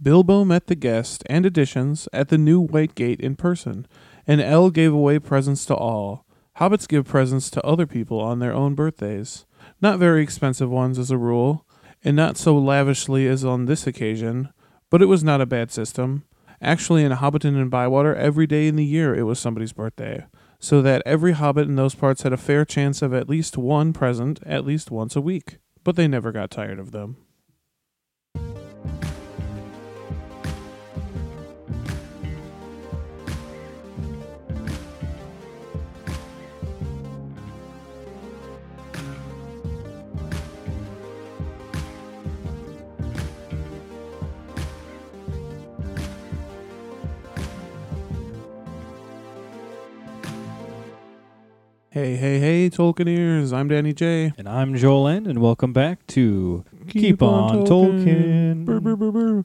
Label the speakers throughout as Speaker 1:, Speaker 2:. Speaker 1: Bilbo met the guests and additions at the new White Gate in person, and El gave away presents to all. Hobbits give presents to other people on their own birthdays. Not very expensive ones as a rule, and not so lavishly as on this occasion, but it was not a bad system. Actually, in Hobbiton and Bywater, every day in the year it was somebody's birthday, so that every hobbit in those parts had a fair chance of at least one present at least once a week. But they never got tired of them. Hey, hey, hey, Tolkien ears! I'm Danny J.
Speaker 2: And I'm Joel End, and welcome back to Keep, on, Tolkien.
Speaker 1: Brr, brr, brr, brr.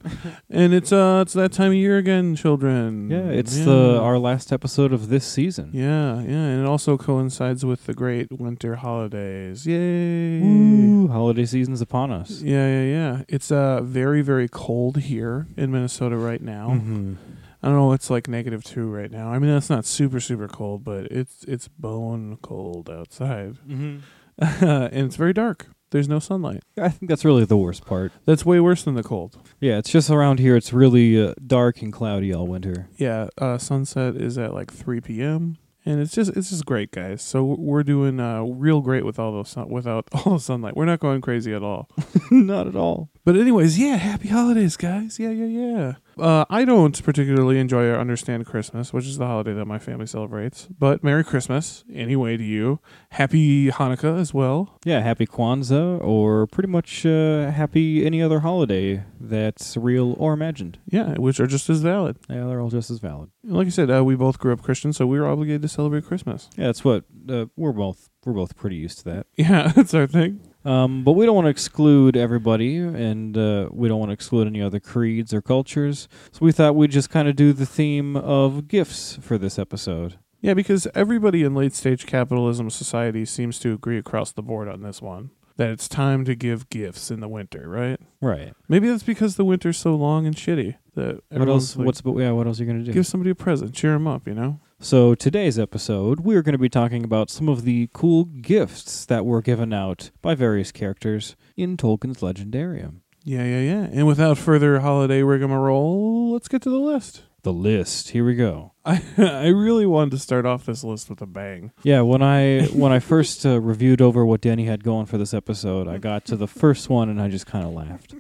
Speaker 1: and it's uh, it's that time of year again, children.
Speaker 2: Yeah, it's the our last episode of this season.
Speaker 1: yeah, yeah, and it also coincides with the great winter holidays. Yay!
Speaker 2: Woo, holiday season's upon us.
Speaker 1: Yeah, yeah, yeah. It's uh very, very cold here in Minnesota right now.
Speaker 2: Mhm.
Speaker 1: I don't know. It's like negative two right now. I mean, that's not super, super cold, but it's it's bone cold outside, and it's very dark. There's no sunlight.
Speaker 2: I think that's really the worst part.
Speaker 1: That's way worse than the cold.
Speaker 2: Yeah, it's just around here. It's really uh, dark and cloudy all winter.
Speaker 1: yeah uh, sunset is at like 3 p.m and it's just it's just great guys so we're doing uh, real great with all those sun- without all the sunlight we're not going crazy at all
Speaker 2: Not at all.
Speaker 1: but anyways yeah happy holidays guys yeah yeah yeah uh, i don't particularly enjoy or understand christmas which is the holiday that my family celebrates but merry christmas anyway to you happy hanukkah as well
Speaker 2: Yeah, happy Kwanzaa, or pretty much uh, happy any other holiday that's real or imagined.
Speaker 1: yeah which are just as valid
Speaker 2: Yeah, they're all just as valid.
Speaker 1: like i said uh, we both grew up christian so we were obligated to celebrate christmas
Speaker 2: Yeah, that's what uh, we're both we're both pretty used to that.
Speaker 1: yeah that's our thing
Speaker 2: Um, but we don't want to exclude everybody, and uh, we don't want to exclude any other creeds or cultures. So we thought we'd just kind of do the theme of gifts for this episode.
Speaker 1: Yeah, because everybody in late stage capitalism society seems to agree across the board on this one that it's time to give gifts in the winter, right?
Speaker 2: Right.
Speaker 1: Maybe that's because the winter's so long and shitty that
Speaker 2: what
Speaker 1: everyone's
Speaker 2: else?
Speaker 1: like,
Speaker 2: what's yeah? What else are you gonna do?
Speaker 1: give somebody a present, cheer them up, you know?
Speaker 2: So today's episode, we're going to be talking about some of the cool gifts that were given out by various characters in Tolkien's Legendarium.
Speaker 1: Yeah, yeah, yeah. And without further holiday rigmarole, let's get to the list.
Speaker 2: The list. Here we go.
Speaker 1: I I really wanted to start off this list with a bang.
Speaker 2: Yeah, when I when I first uh, reviewed over what Danny had going for this episode, I got to the first one and I just kind of laughed.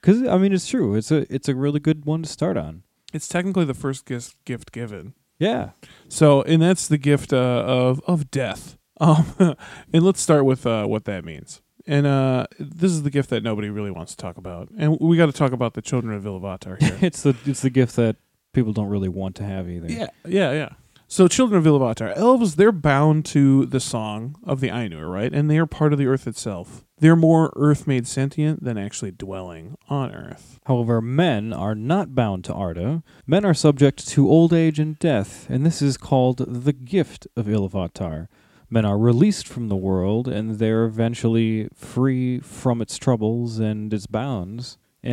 Speaker 2: Cuz I mean it's true. It's a it's a really good one to start on.
Speaker 1: It's technically the first gift gift given.
Speaker 2: Yeah.
Speaker 1: So, and that's the gift uh, of of death. Um, and let's start with uh, what that means. And uh, this is the gift that nobody really wants to talk about. And we got to talk about the children of Ilavatar here.
Speaker 2: it's the it's the gift that people don't really want to have either.
Speaker 1: yeah, yeah, yeah. So, children of Ilavatar, elves, they're bound to the song of the Ainur, right? And they are part of the earth itself. They're more earth made sentient than actually dwelling on earth.
Speaker 2: However, men are not bound to Arda. Men are subject to old age and death, and this is called the gift of Ilavatar. Men are released from the world, and they're eventually free from its troubles and its bounds.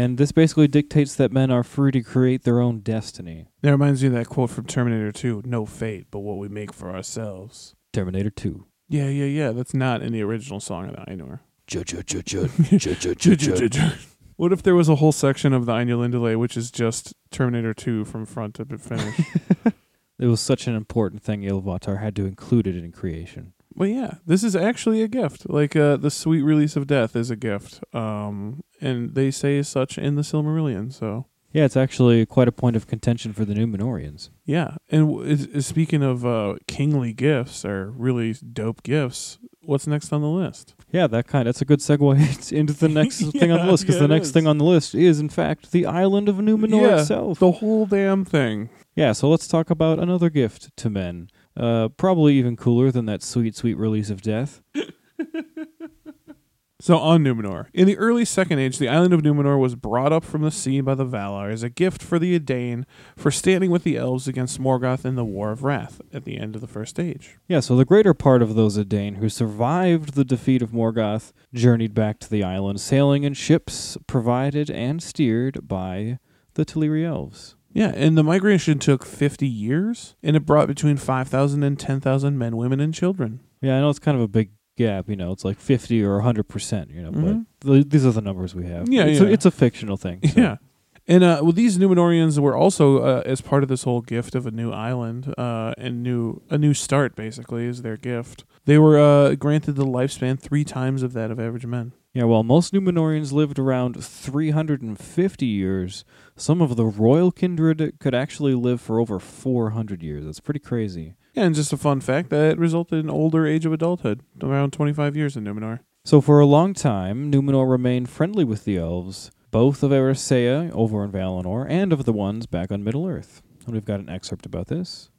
Speaker 2: And this basically dictates that men are free to create their own destiny.
Speaker 1: That reminds me of that quote from Terminator 2 no fate, but what we make for ourselves.
Speaker 2: Terminator 2.
Speaker 1: Yeah, yeah, yeah. That's not in the original song of the Ainur.
Speaker 3: J-j-j-j-j-j-j-j.
Speaker 1: What if there was a whole section of the Anya Lindale which is just Terminator 2 from front to finish?
Speaker 2: It was such an important thing Ilvatar had to include it in creation.
Speaker 1: but yeah, this is actually a gift. Like uh, the sweet release of death is a gift. Um, and they say such in the Silmarillion. So
Speaker 2: Yeah, it's actually quite a point of contention for the Numenorians.
Speaker 1: yeah. And w- is, is speaking of uh, kingly gifts or really dope gifts, what's next on the list?
Speaker 2: Yeah, that kind. That's a good segue into the next thing on the
Speaker 1: Yeah,
Speaker 2: list because
Speaker 1: yeah,
Speaker 2: the
Speaker 1: it
Speaker 2: next
Speaker 1: is.
Speaker 2: thing on the list is, in fact, the island of Numenor
Speaker 1: Yeah.
Speaker 2: itself.
Speaker 1: The whole damn thing.
Speaker 2: Yeah, so let's talk about another gift to men. Uh, probably even cooler than that sweet, sweet release of death.
Speaker 1: So on Numenor, in the early Second Age, the island of Numenor was brought up from the sea by the Valar as a gift for the Edain for standing with the elves against Morgoth in the War of Wrath at the end of the First Age.
Speaker 2: Yeah, so the greater part of those Edain who survived the defeat of Morgoth journeyed back to the island, sailing in ships provided and steered by the the Teleri elves.
Speaker 1: Yeah, and the migration took 50 years, and it brought between 5,000 and 10,000 men, women, and children.
Speaker 2: Yeah, I know it's kind of a big gap. You know, it's like fifty or hundred percent. You know,
Speaker 1: Mhm.
Speaker 2: but th- these are the numbers we have.
Speaker 1: Yeah,
Speaker 2: it's, A,
Speaker 1: yeah.
Speaker 2: it's a fictional thing. so-
Speaker 1: Yeah. And uh, well, these Numenorians were also uh, as part of this whole gift of a new island uh, and new a new start. Basically, is their gift. They were uh, granted the lifespan three times of that of average men.
Speaker 2: Yeah, while most Numenorians lived around 350 years, some of the royal kindred could actually live for over 400 years. That's pretty crazy.
Speaker 1: Yeah, and just a fun fact that resulted in older age of adulthood, around 25 years in Numenor.
Speaker 2: So, for a long time, Numenor remained friendly with the elves, both of Eressëa over in Valinor and of the ones back on Middle Earth. And we've got an excerpt about this.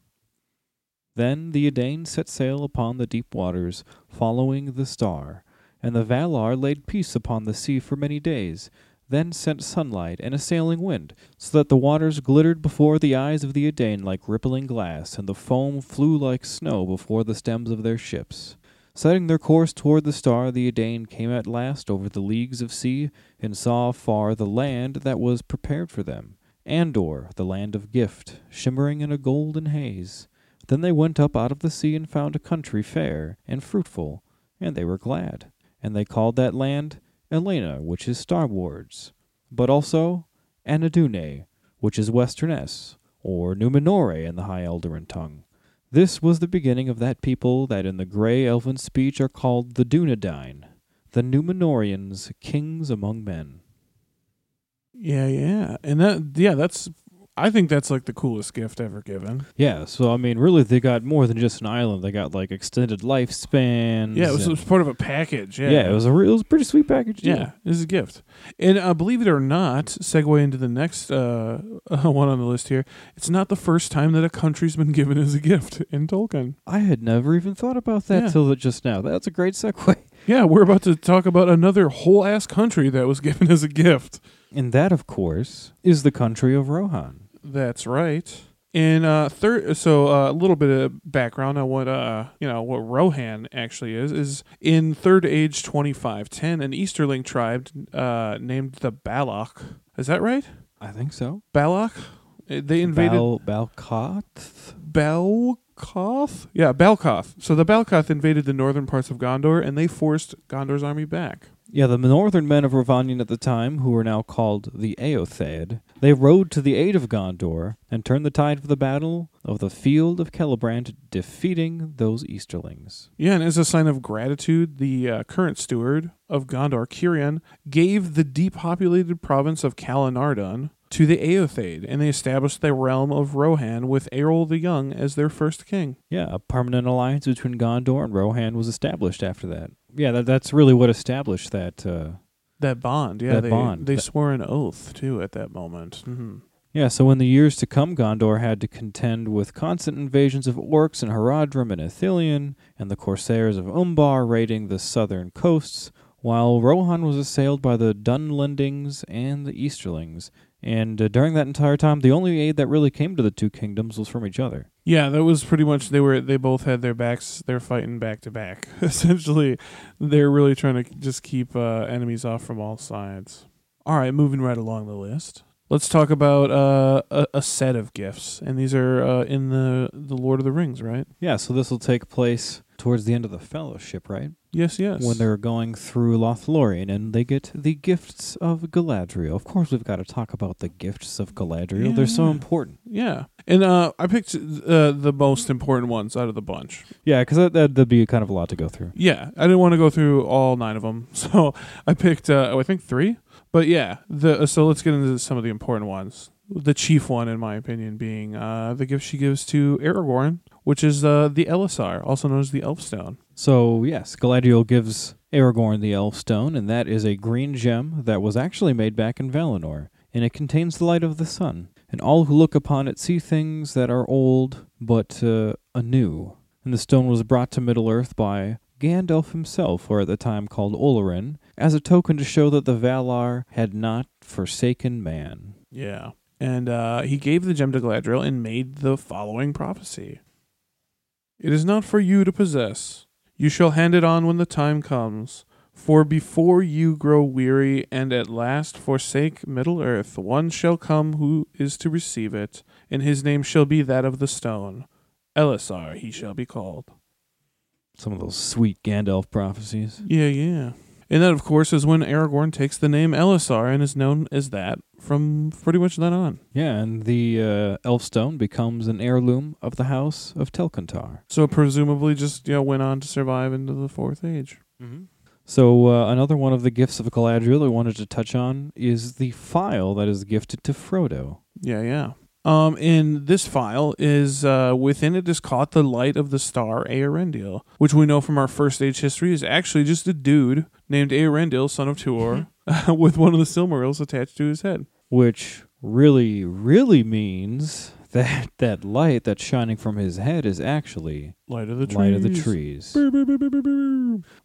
Speaker 2: Then the Edain set sail upon the deep waters, following the star, and the Valar laid peace upon the sea for many days, then sent sunlight and a sailing wind, so that the waters glittered before the eyes of the Edain like rippling glass, and the foam flew like snow before the stems of their ships. Setting their course toward the star, the Edain came at last over the leagues of sea, and saw far the land that was prepared for them Andor, the land of gift, shimmering in a golden haze. Then they went up out of the sea and found a country fair and fruitful, and they were glad. And they called that land Elena, which is starwards, but also Anadune, which is westerness, or Numenore in the High Eldarin tongue. This was the beginning of that people that in the grey elven speech are called the Dunedain, the Numenorians, kings among men.
Speaker 1: Yeah, yeah, and that yeah, that's I think that's like the coolest gift ever given.
Speaker 2: Yeah, so I mean, really, they got more than just an island. They got like extended lifespans.
Speaker 1: Yeah, it was, it
Speaker 2: and-
Speaker 1: was part of a package.
Speaker 2: yeah. it was a real, it was a pretty sweet package.
Speaker 1: Yeah, this is a gift. And uh, believe it or not, segue into the next uh, one on the list here. It's not the first time that a country's been given as a gift in Tolkien.
Speaker 2: I had never even thought about that
Speaker 1: Yeah.
Speaker 2: till the- just now. That's a great segue.
Speaker 1: Yeah, we're about to talk about another whole ass country that was given as a gift.
Speaker 2: And that, of course, is the country of Rohan.
Speaker 1: That's right. And uh, third, so uh, a little bit of background on what uh, you know what Rohan actually is is in Third Age twenty five ten, an Easterling tribe uh, named the Balak. Is that right?
Speaker 2: I think so.
Speaker 1: Balak. Uh, They invaded.
Speaker 2: Bal- Balkoth?
Speaker 1: Balkoth? Yeah, Balkoth. So the Balkoth invaded the northern parts of Gondor and they forced Gondor's army back.
Speaker 2: Yeah, the northern men of Ravanian at the time, who were now called the Eothed, they rode to the aid of Gondor and turned the tide of the battle of the field of Celebrand, defeating those Easterlings.
Speaker 1: Yeah, and as a sign of gratitude, the uh, current steward of Gondor, Kirian, gave the depopulated province of Kalanardun to the Aothade, and they established the realm of Rohan with Errol the Young as their first king.
Speaker 2: Yeah, a permanent alliance between Gondor and Rohan was established after that. Yeah, that, that's really what established that. Uh,
Speaker 1: That bond, yeah,
Speaker 2: That
Speaker 1: they,
Speaker 2: bond.
Speaker 1: they
Speaker 2: That-
Speaker 1: swore an oath too at that moment. hmm
Speaker 2: yeah, so in the years to come, Gondor had to contend with constant invasions of orcs and Haradrim and Ithilien, and the corsairs of Umbar raiding the southern coasts, while Rohan was assailed by the Dunlendings and the Easterlings. And uh, during that entire time, the only aid that really came to the two kingdoms was from each other.
Speaker 1: Yeah, that was pretty much they were they both had their backs they're fighting back to back. Essentially, they're really trying to just keep uh, enemies off from all sides. All right, moving right along the list. Let's talk about uh, a, a set of gifts, and these are uh, in the the Lord of the Rings, right?
Speaker 2: Yeah, so this will take place towards the end of the Fellowship, right?
Speaker 1: Yes, yes.
Speaker 2: When they're going through Lothlorien and they get the gifts of Galadriel. Of course, we've got to talk about the gifts of Galadriel. They're so
Speaker 1: Yeah.
Speaker 2: important.
Speaker 1: yeah, and uh, I picked uh, the most important ones out of the bunch.
Speaker 2: Yeah, because that, that'd be kind of a lot to go through.
Speaker 1: Yeah, I didn't want to go through all nine of them, so I picked uh, oh, I think three. But yeah, the uh, so let's get into some of the important ones. The chief one, in my opinion, being uh, the gift she gives to Aragorn, which is uh, the Elisar, also known as the Elfstone.
Speaker 2: So, yes, Galadriel gives Aragorn the Elf Stone, and that is a green gem that was actually made back in Valinor, and it contains the light of the sun. And all who look upon it see things that are old, but uh, anew. And the stone was brought to Middle Earth by Gandalf himself, or at the time called Olorin, as a token to show that the Valar had not forsaken man.
Speaker 1: Yeah, and uh, he gave the gem to Galadriel and made the following prophecy: "It is not for you to possess. You shall hand it on when the time comes." For before you grow weary and at last forsake Middle earth, one shall come who is to receive it, and his name shall be that of the stone. Elisar he shall be called.
Speaker 2: Some of those sweet Gandalf prophecies.
Speaker 1: Yeah, yeah. And that, of course, is when Aragorn takes the name Elisar and is known as that from pretty much then on.
Speaker 2: Yeah, and the uh, Elfstone becomes an heirloom of the House of Telkantar.
Speaker 1: So presumably just, you know, went on to survive into the Fourth Age.
Speaker 2: Mm-hmm. So uh, another one of the gifts of Galadriel I wanted to touch on is the file that is gifted to Frodo.
Speaker 1: Yeah, yeah. Um, in this file is uh, within it is caught the light of the star Earendil, which we know from our first age history is actually just a dude named Earendil, son of Tuor, with one of the Silmarils attached to his head.
Speaker 2: which really, really means that that light that's shining from his head is actually
Speaker 1: Light of the trees.
Speaker 2: light of the trees.
Speaker 1: Boo, boo, boo, boo, boo, boo.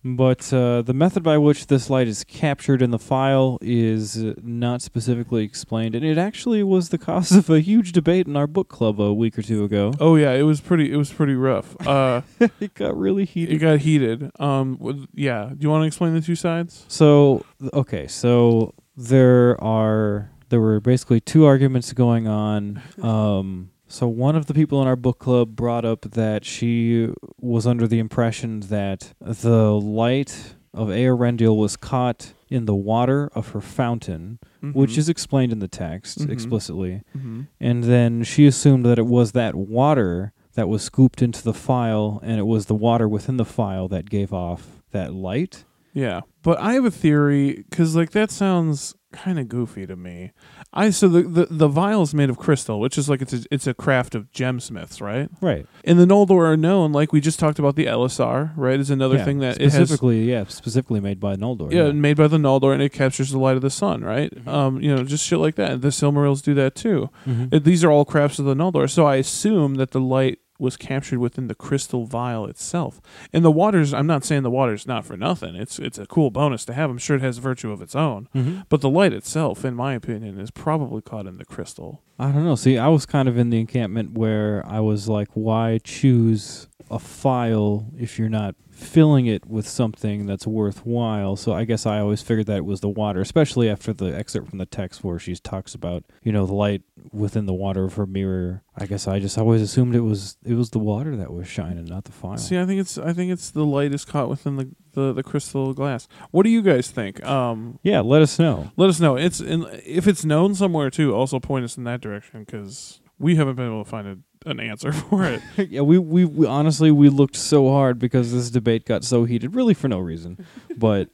Speaker 2: But uh, the method by which this light is captured in the file is uh, not specifically explained, and it actually was the cause of a huge debate in our book club a week or two ago.
Speaker 1: Oh yeah, it was pretty. It was pretty rough. Uh,
Speaker 2: it got really
Speaker 1: it
Speaker 2: heated.
Speaker 1: got heated. Um, w- yeah. Do you want to explain the two sides?
Speaker 2: So th- okay, so there are there were basically two arguments going on. Um, so one of the people in our book club brought up that she was under the impression that the light of Earendil was caught in the water of her fountain,
Speaker 1: Mm-hmm.
Speaker 2: which is explained in the text
Speaker 1: Mhm.
Speaker 2: explicitly.
Speaker 1: hmm
Speaker 2: And then she assumed that it was that water that was scooped into the file, and it was the water within the file that gave off that light.
Speaker 1: Yeah, but I have a theory because like that sounds kind of goofy to me. I so the, the the vial is made of crystal, which is like it's a, it's a craft of gemsmiths, right?
Speaker 2: Right.
Speaker 1: And the Noldor are known, like we just talked about the Elisar, right? Is another thing that it has.
Speaker 2: specifically, yeah, specifically made by Noldor.
Speaker 1: Yeah, made by the Noldor, and it captures the light of the sun, right?
Speaker 2: Mhm.
Speaker 1: Um, you know, just shit like that. The Silmarils do that too. Uh, These are all crafts of the Noldor, so I assume that the light was captured within the crystal vial itself. And the waters, I'm not saying the water's not for nothing. It's it's a cool bonus to have. I'm sure it has virtue of its own. But the light itself, in my opinion, is probably caught in the crystal.
Speaker 2: I don't know. See, I was kind of in the encampment where I was like, why choose a file if you're not filling it with something that's worthwhile? So I guess I always figured that it was the water, especially after the excerpt from the text where she talks about, you know, the light within the water of her mirror. I guess I just always assumed it was it was the water that was shining, not the file.
Speaker 1: See, I think it's I think it's the light is caught within the, the, the crystal glass. What do you guys think? Um
Speaker 2: yeah, let us know.
Speaker 1: let us know. It's in, if it's known somewhere too, also point us in that direction because we haven't been able to find a, an answer for it.
Speaker 2: yeah, we, we we honestly we looked so hard because this debate got so heated, really for no reason. But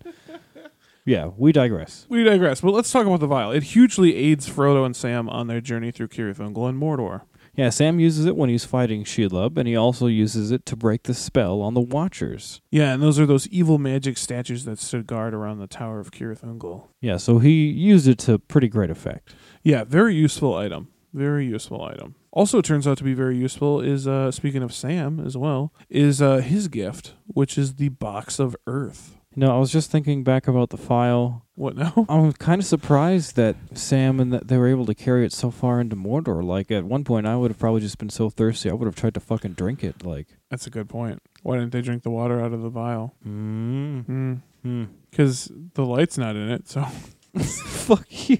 Speaker 2: yeah, we digress.
Speaker 1: We digress, but let's talk about the vial. It hugely aids Frodo and Sam on their journey through Kirith Ungol and Mordor.
Speaker 2: Yeah, Sam uses it when he's fighting Shelob, and he also uses it to break the spell on the Watchers.
Speaker 1: Yeah, and those are those evil magic statues that stood guard around the Tower of Kirith Ungol.
Speaker 2: Yeah, so he used it to pretty great effect.
Speaker 1: Yeah, very useful item. Very useful item. Also, it turns out to be very useful is uh, speaking of Sam as well is uh, his gift, which is the box of Earth.
Speaker 2: You know, I was just thinking back about the file.
Speaker 1: What now?
Speaker 2: I'm kind of surprised that Sam and that they were able to carry it so far into Mordor. Like at one point, I would have probably just been so thirsty, I would have tried to fucking drink it. Like,
Speaker 1: That's a good point. Why didn't they drink the water out of the vial?
Speaker 2: mm,
Speaker 1: Because
Speaker 2: mm.
Speaker 1: the light's not in it, so
Speaker 2: fuck you.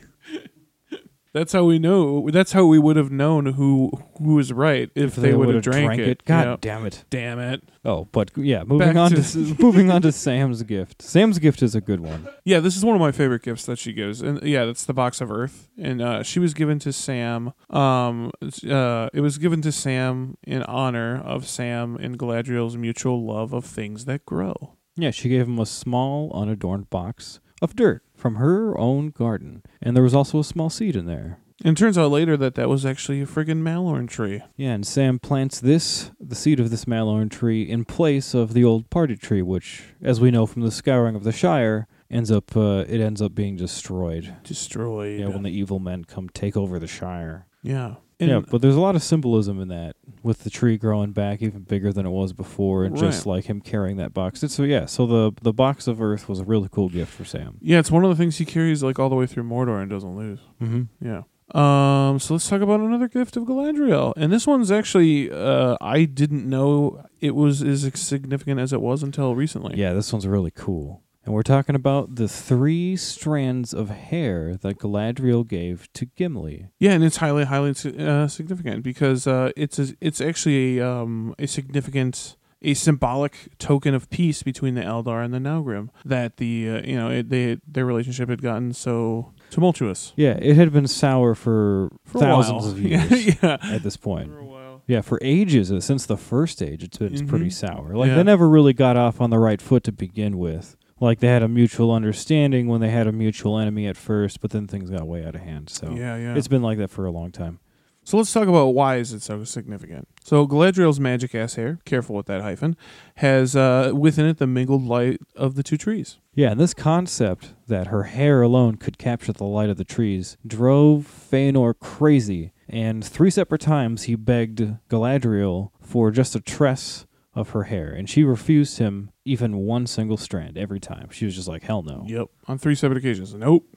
Speaker 1: That's how we know. That's how we would have known who who was right if, they, would have
Speaker 2: would've
Speaker 1: drank, it.
Speaker 2: God
Speaker 1: Yep.
Speaker 2: damn it.
Speaker 1: damn it!
Speaker 2: Oh, but yeah, moving on
Speaker 1: to-
Speaker 2: to, s- moving on to Sam's gift. Sam's gift is a good one.
Speaker 1: Yeah, this is one of my favorite gifts that she gives, and yeah, that's the box of Earth, and uh, she was given to Sam. Um, it's, uh, it was given to Sam in honor of Sam and Galadriel's mutual love of things that grow.
Speaker 2: Yeah, she gave him a small unadorned box of dirt from her own garden, and there was also a small seed in there.
Speaker 1: And it turns out later that that was actually a friggin' Malorn tree.
Speaker 2: Yeah, and Sam plants this, the seed of this Malorn tree, in place of the old party tree, which, as we know from the scouring of the Shire, ends up uh, it ends up being destroyed.
Speaker 1: Destroyed.
Speaker 2: Yeah, when the evil men come take over the Shire.
Speaker 1: yeah.
Speaker 2: yeah,
Speaker 1: And-
Speaker 2: but there's a lot of symbolism in that, with the tree growing back even bigger than it was before, and just like him carrying that box. It's, so yeah, so the the box of Earth was a really cool gift for Sam.
Speaker 1: yeah, it's one of the things he carries like all the way through Mordor and doesn't lose.
Speaker 2: Mm-hmm.
Speaker 1: Yeah. Um, so let's talk about another gift of Galadriel, and this one's actually uh, I didn't know it was as significant as it was until recently.
Speaker 2: Yeah, this one's really cool. And we're talking about the three strands of hair that Galadriel gave to Gimli.
Speaker 1: Yeah, and it's highly, highly uh, significant because uh, it's a, it's actually a, um, a significant, a symbolic token of peace between the Eldar and the Nalgrim. That the uh, you know it, they their relationship had gotten so tumultuous
Speaker 2: Yeah, it had been sour for,
Speaker 1: for
Speaker 2: thousands
Speaker 1: a while.
Speaker 2: of years
Speaker 1: yeah,
Speaker 2: at this point.
Speaker 1: for a while.
Speaker 2: Yeah, for ages, uh, since the first age, it's been it's pretty
Speaker 1: Mhm.
Speaker 2: sour. Like,
Speaker 1: Yeah.
Speaker 2: they never really got off on the right foot to begin with. Like, they had a mutual understanding when they had a mutual enemy at first, but then things got way out of hand. So,
Speaker 1: Yeah, yeah.
Speaker 2: it's been like that for a long time.
Speaker 1: So let's talk about why is it so significant. So Galadriel's magic ass hair, careful with that hyphen, has uh, within it the mingled light of the two trees.
Speaker 2: Yeah, and this concept that her hair alone could capture the light of the trees drove Feanor crazy, and three separate times he begged Galadriel for just a tress of her hair, and she refused him even one single strand every time. She was just like, hell no.
Speaker 1: Yep. On three separate occasions. Nope.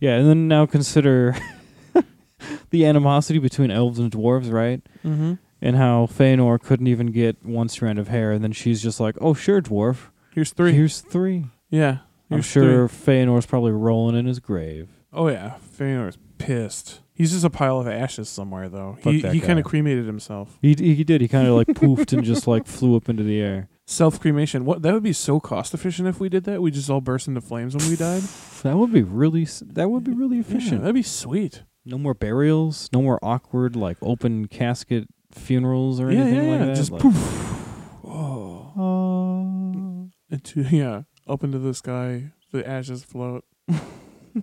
Speaker 2: Yeah, and then now consider the animosity between elves and dwarves, right?
Speaker 1: Mm-hmm.
Speaker 2: And how Feanor couldn't even get one strand of hair, and then she's just like, oh, sure, dwarf.
Speaker 1: Here's three.
Speaker 2: Here's three.
Speaker 1: yeah.
Speaker 2: I'm
Speaker 1: here's
Speaker 2: sure
Speaker 1: three.
Speaker 2: Feanor's probably rolling in his grave.
Speaker 1: Oh yeah. Feanor's pissed. He's just a pile of ashes somewhere though.
Speaker 2: Fuck
Speaker 1: he
Speaker 2: that
Speaker 1: he
Speaker 2: guy.
Speaker 1: kind of cremated himself.
Speaker 2: He he did. He kind of like poofed and just like flew up into the air.
Speaker 1: Self cremation. What that would be so cost efficient if we did that. We just all burst into flames when we died.
Speaker 2: That would be really s- that would be really
Speaker 1: Yeah,
Speaker 2: efficient.
Speaker 1: that'd be sweet.
Speaker 2: no more burials. No more awkward like open casket funerals or
Speaker 1: Yeah,
Speaker 2: anything
Speaker 1: yeah,
Speaker 2: like
Speaker 1: yeah.
Speaker 2: that.
Speaker 1: Just
Speaker 2: like,
Speaker 1: poof. Oh.
Speaker 2: "Oh."
Speaker 1: Into yeah, up into the sky, the ashes float.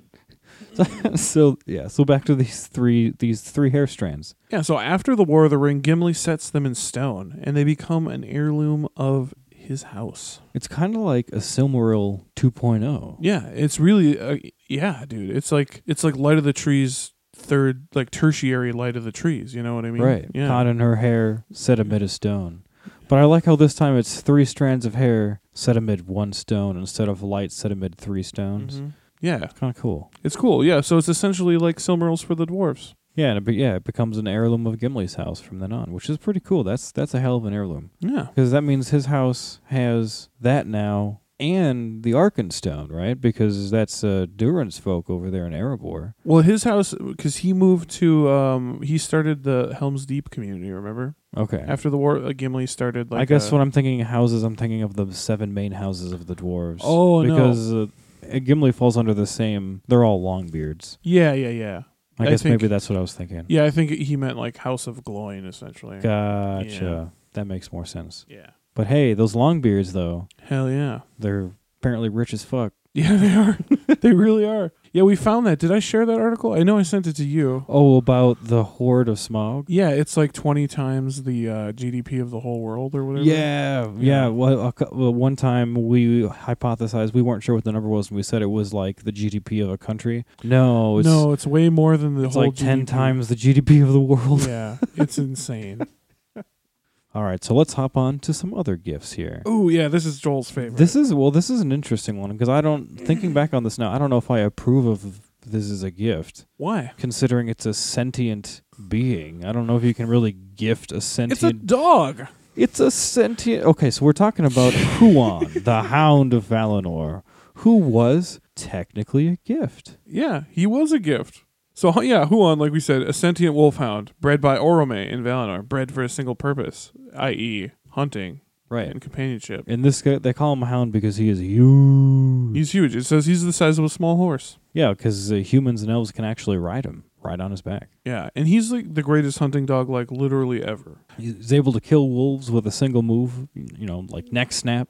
Speaker 2: so yeah. So back to these three these three hair strands.
Speaker 1: Yeah, so after the War of the Ring, Gimli sets them in stone, and they become an heirloom of his house.
Speaker 2: It's kind of like a Silmaril oh. 2.0.
Speaker 1: Yeah, it's really, uh, yeah, dude. It's like it's like Light of the Trees, third like tertiary Light of the Trees. You know what I mean?
Speaker 2: right.
Speaker 1: Yeah.
Speaker 2: Caught in her hair, set amid a stone. But I like how this time it's three strands of hair set amid one stone instead of light set amid three stones.
Speaker 1: Mhm. Yeah,
Speaker 2: Kind of cool.
Speaker 1: it's cool. Yeah, so it's essentially like Silmarils for the dwarves.
Speaker 2: Yeah, and it, be- yeah, it becomes an heirloom of Gimli's house from then on, which is pretty cool. That's that's a hell of an heirloom
Speaker 1: Yeah.
Speaker 2: because that means his house has that now and the Arkenstone, right? Because that's uh, Durin's folk over there in Erebor.
Speaker 1: Well, his house because he moved to um he started the Helm's Deep community. Remember
Speaker 2: Okay.
Speaker 1: after the war, uh, Gimli started like uh,
Speaker 2: I guess
Speaker 1: a-
Speaker 2: when I'm thinking houses, I'm thinking of the seven main houses of the dwarves.
Speaker 1: Oh, no.
Speaker 2: because no. uh, Gimli falls under the same. They're all Longbeards.
Speaker 1: yeah, yeah, yeah.
Speaker 2: I,
Speaker 1: I
Speaker 2: guess
Speaker 1: think-
Speaker 2: maybe that's what I was thinking.
Speaker 1: Yeah, I think he meant like House of Gloin, essentially.
Speaker 2: Gotcha. That makes more sense.
Speaker 1: Yeah.
Speaker 2: But hey, those Longbeards though,
Speaker 1: Hell yeah.
Speaker 2: they're apparently rich as fuck.
Speaker 1: Yeah, they are. they really are. Yeah, we found that. Did I share that article? I know I sent it to you.
Speaker 2: Oh, about the horde of smog.
Speaker 1: Yeah, it's like 20 times the uh, GDP of the whole world or whatever.
Speaker 2: Yeah, yeah.
Speaker 1: Yeah.
Speaker 2: Well, a cou- well, one time we hypothesized we weren't sure what the number was, and we said it was like the GDP of a country. No, Oh, it's,
Speaker 1: no, it's way more than the
Speaker 2: it's
Speaker 1: whole
Speaker 2: like ten
Speaker 1: GDP.
Speaker 2: times the GDP of the world.
Speaker 1: Yeah, it's insane.
Speaker 2: All right, so let's hop on to some other gifts here.
Speaker 1: Oh, yeah, this is Joel's favorite.
Speaker 2: This is well, this is an interesting one because I don't thinking back on this now. I don't know if I approve of this as a gift,
Speaker 1: Why?
Speaker 2: considering it's a sentient being. I don't know if you can really gift a sentient.
Speaker 1: It's a dog.
Speaker 2: It's a sentient. Okay, so we're talking about Huon, the Hound of Valinor, who was technically a gift.
Speaker 1: Yeah, he was a gift. So yeah, Huon, like we said, a sentient wolfhound bred by Orome in Valinor, bred for a single purpose, i.e., hunting
Speaker 2: Right.
Speaker 1: and companionship.
Speaker 2: And this guy, they call him a Hound because he is huge.
Speaker 1: He's huge. It says he's the size of a small horse.
Speaker 2: yeah, because uh, humans and elves can actually ride him, ride on his back.
Speaker 1: Yeah, and he's like the greatest hunting dog, like literally ever.
Speaker 2: He's able to kill wolves with a single move, you know, like neck snap,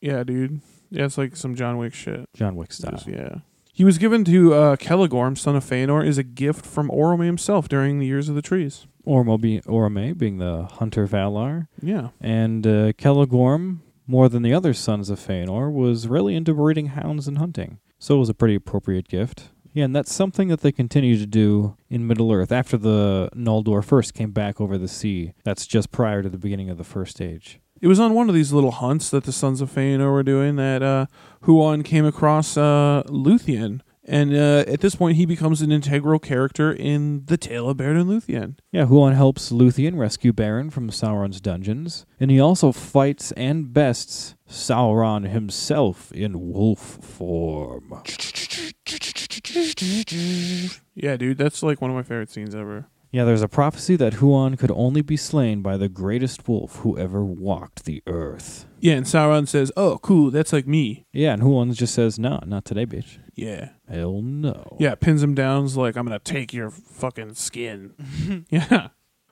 Speaker 1: Yeah, dude. Yeah, it's like some John Wick shit.
Speaker 2: John Wick style.
Speaker 1: Just- yeah. He was given to uh, Celegorm, son of Feanor, as a gift from Orome himself during the Years of the Trees.
Speaker 2: Ormo be, Orome being the Hunter Valar.
Speaker 1: Yeah.
Speaker 2: And uh, Celegorm, more than the other sons of Feanor, was really into breeding hounds and hunting. So it was a pretty appropriate gift. Yeah, and that's something that they continue to do in Middle Earth after the Noldor first came back over the sea. That's just prior to the beginning of the first age.
Speaker 1: It was on one of these little hunts that the Sons of Feanor were doing that uh, Huon came across uh, Luthien And uh, at this point, he becomes an integral character in the tale of Baron and Luthien.
Speaker 2: Yeah, Huon helps Luthien rescue Baron from Sauron's dungeons, and he also fights and bests Sauron himself in wolf form.
Speaker 1: Yeah, dude, that's like one of my favorite scenes ever.
Speaker 2: Yeah, there's a prophecy that Huon could only be slain by the greatest wolf who ever walked the earth.
Speaker 1: Yeah, and Sauron says, "Oh, cool, that's like me."
Speaker 2: Yeah, and Huon just says, nah, not today, bitch.
Speaker 1: Yeah,
Speaker 2: Hell no.
Speaker 1: yeah, pins him down. Is like, "I'm gonna take your fucking skin." yeah.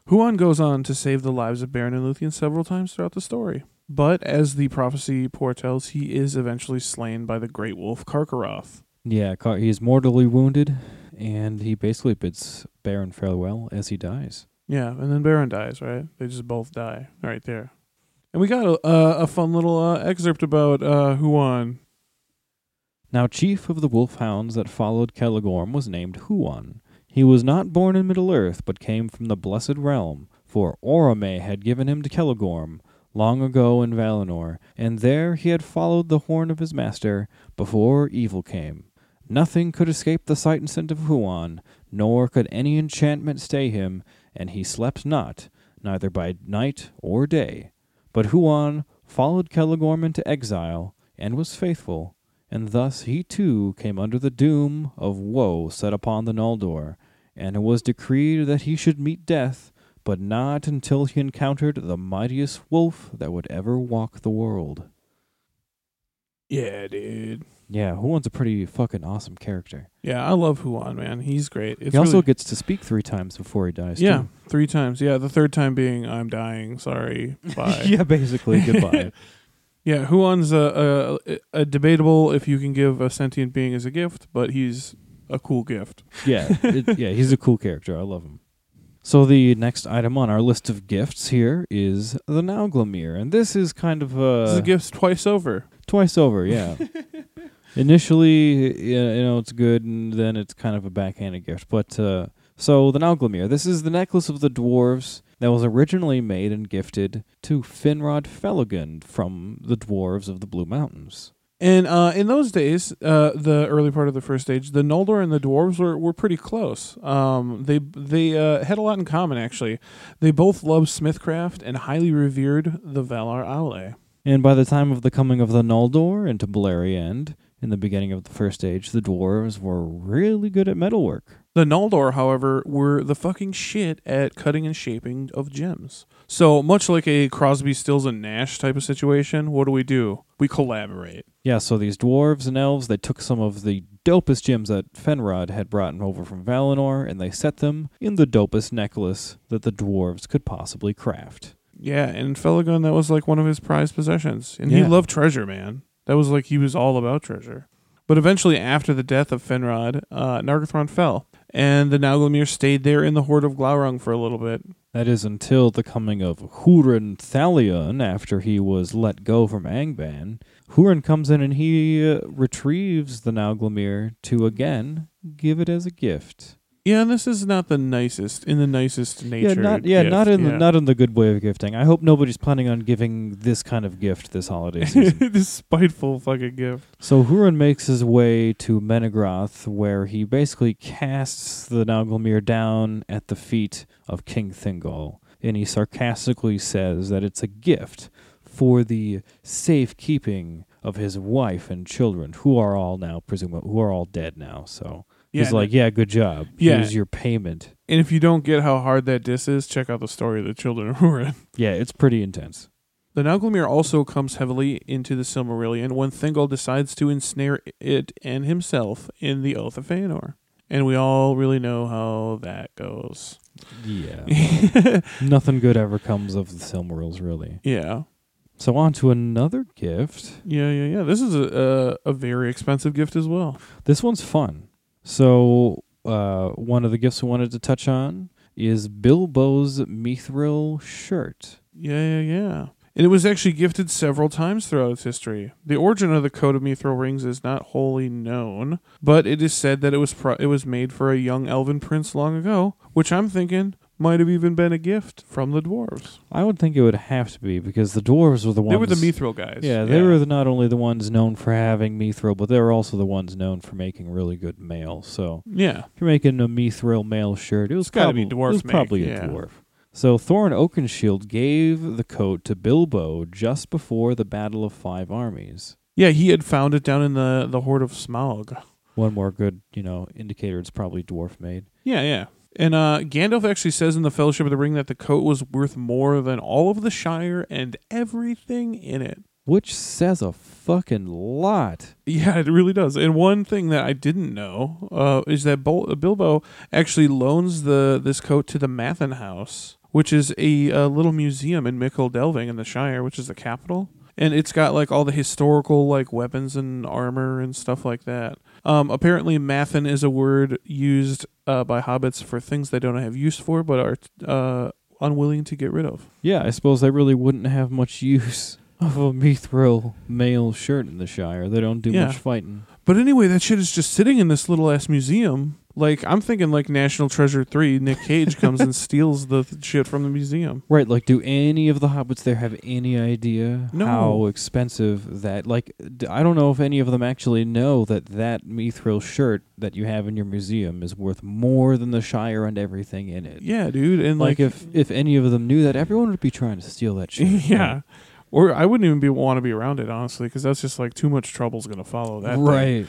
Speaker 1: Huon goes on to save the lives of Baron and Luthien several times throughout the story, but as the prophecy foretells, he is eventually slain by the Great Wolf Karkaroth.
Speaker 2: Yeah, Car- he's mortally wounded, and he basically bids Baron farewell as he dies.
Speaker 1: Yeah, and then Baron dies, right? They just both die right there. And we got a, a, a fun little uh, excerpt about uh, Huon.
Speaker 2: Now, chief of the wolfhounds that followed Celegorm was named Huon. He was not born in Middle Earth, but came from the Blessed Realm, for Orome had given him to Celegorm long ago in Valinor, and there he had followed the horn of his master before evil came. Nothing could escape the sight and scent of Huon, nor could any enchantment stay him, and he slept not, neither by night or day. But Huon followed Celegorm into exile, and was faithful, and thus he too came under the doom of woe set upon the Noldor, and it was decreed that he should meet death, but not until he encountered the mightiest wolf that would ever walk the world.
Speaker 1: Yeah, dude.
Speaker 2: Yeah, Huon's a pretty fucking awesome character.
Speaker 1: Yeah, I love Huon, man. He's great. It's
Speaker 2: he also
Speaker 1: really-
Speaker 2: gets to speak three times before he dies.
Speaker 1: yeah,
Speaker 2: too.
Speaker 1: three times. Yeah, the third time being I'm dying. Sorry, bye. yeah.
Speaker 2: yeah, basically goodbye.
Speaker 1: yeah, Huon's a, a a debatable if you can give a sentient being as a gift, but he's a cool gift.
Speaker 2: yeah, it- yeah, he's a cool character. I love him. So the next item on our list of gifts here is the Nauglamir, and this is kind of a
Speaker 1: this is gifts twice over.
Speaker 2: twice over. Yeah. Initially, y- you know, it's good, and then it's kind of a backhanded gift. But uh, so the Nauglamir, this is the necklace of the dwarves that was originally made and gifted to Finrod Felagund from the dwarves of the Blue Mountains.
Speaker 1: And uh, in those days, uh, the early part of the first age, the Noldor and the dwarves were, were pretty close. Um, they they uh, had a lot in common, actually. They both loved smithcraft and highly revered the Valar Aule.
Speaker 2: And by the time of the coming of the Noldor into Beleriand, in the beginning of the First Age, the dwarves were really good at metalwork.
Speaker 1: The Noldor, however, were the fucking shit at cutting and shaping of gems. So much like a Crosby, Stills, and Nash type of situation, what do we do? We collaborate.
Speaker 2: Yeah, so these dwarves and elves, they took some of the dopest gems that Fenrod had brought over from Valinor, and they set them in the dopest necklace that the dwarves could possibly craft.
Speaker 1: Yeah, and Felagund, that was like one of his prized possessions. And he
Speaker 2: Yeah.
Speaker 1: loved treasure, man. That was like he was all about treasure. But eventually, after the death of Finrod, uh, Nargothrond fell, and the Nauglamir stayed there in the Horde of Glaurung for a little bit.
Speaker 2: That is until the coming of Hurin Thalion after he was let go from Angban. Hurin comes in and he uh, retrieves the Nauglamir to again give it as a gift.
Speaker 1: Yeah, and this is not the nicest, in the nicest nature.
Speaker 2: yeah, not yeah,
Speaker 1: gift.
Speaker 2: not in
Speaker 1: Yeah.
Speaker 2: The, not in the good way of gifting. I hope nobody's planning on giving this kind of gift this holiday season.
Speaker 1: this spiteful fucking gift.
Speaker 2: so Huron makes his way to Menegroth, where he basically casts the Nauglamir down at the feet of King Thingol, and he sarcastically says that it's a gift for the safekeeping of his wife and children, who are all now presumably who are all dead now. So
Speaker 1: Yeah,
Speaker 2: he's like, "Yeah, good job.
Speaker 1: Yeah.
Speaker 2: Here's your payment."
Speaker 1: and if you don't get how hard that diss is, check out the story of the Children of Hurin.
Speaker 2: Yeah, it's pretty intense.
Speaker 1: The Nauglamir also comes heavily into the Silmarillion when Thingol decides to ensnare it and himself in the Oath of Feanor. And we all really know how that goes.
Speaker 2: Yeah. Nothing good ever comes of the Silmarils, really.
Speaker 1: Yeah.
Speaker 2: So on to another gift.
Speaker 1: Yeah, yeah, yeah. This is a, a, a very expensive gift as well.
Speaker 2: This one's fun. So uh, one of the gifts we wanted to touch on is Bilbo's Mithril shirt.
Speaker 1: Yeah, yeah, yeah. And it was actually gifted several times throughout its history. The origin of the coat of mithril rings is not wholly known, but it is said that it was pro- it was made for a young elven prince long ago, which I'm thinking might have even been a gift from the dwarves.
Speaker 2: I would think it would have to be because the dwarves were the ones.
Speaker 1: They were the Mithril guys.
Speaker 2: Yeah, they were the, not only the ones known for having mithril, but they were also the ones known for making really good mail. So
Speaker 1: Yeah.
Speaker 2: if you're making a mithril mail shirt, it was
Speaker 1: gotta
Speaker 2: probably
Speaker 1: be dwarf
Speaker 2: It was
Speaker 1: made,
Speaker 2: probably
Speaker 1: yeah.
Speaker 2: a dwarf. So Thorin Oakenshield gave the coat to Bilbo just before the Battle of Five Armies.
Speaker 1: Yeah, he had found it down in the, the Horde of Smaug.
Speaker 2: One more good, you know, indicator it's probably dwarf made.
Speaker 1: Yeah, yeah. And uh, Gandalf actually says in the Fellowship of the Ring that the coat was worth more than all of the Shire and everything in it.
Speaker 2: Which says a fucking lot.
Speaker 1: Yeah, it really does. And one thing that I didn't know uh, is that Bol- Bilbo actually loans the this coat to the Mathen House, which is a, uh little museum in Mickle-Delving in the Shire, which is the capital. And it's got like all the historical like weapons and armor and stuff like that. Um, apparently, Mathen is a word used uh, by hobbits for things they don't have use for but are uh, unwilling to get rid of.
Speaker 2: Yeah, I suppose they really wouldn't have much use of a mithril male shirt in the Shire. They don't do
Speaker 1: Yeah.
Speaker 2: much fighting.
Speaker 1: But anyway, that shit is just sitting in this little ass museum. Like I'm thinking, like National Treasure three, Nick Cage comes and steals the th- shit from the museum.
Speaker 2: Right, like do any of the hobbits there have any idea
Speaker 1: No.
Speaker 2: how expensive that like d- I don't know if any of them actually know that that mithril shirt that you have in your museum is worth more than the Shire and everything in it.
Speaker 1: Yeah, dude, and
Speaker 2: Like,
Speaker 1: like,
Speaker 2: if if any of them knew that everyone would be trying to steal that shit.
Speaker 1: yeah, or I wouldn't even be want to be around it honestly, because that's just like too much trouble's gonna follow that. thing.
Speaker 2: right.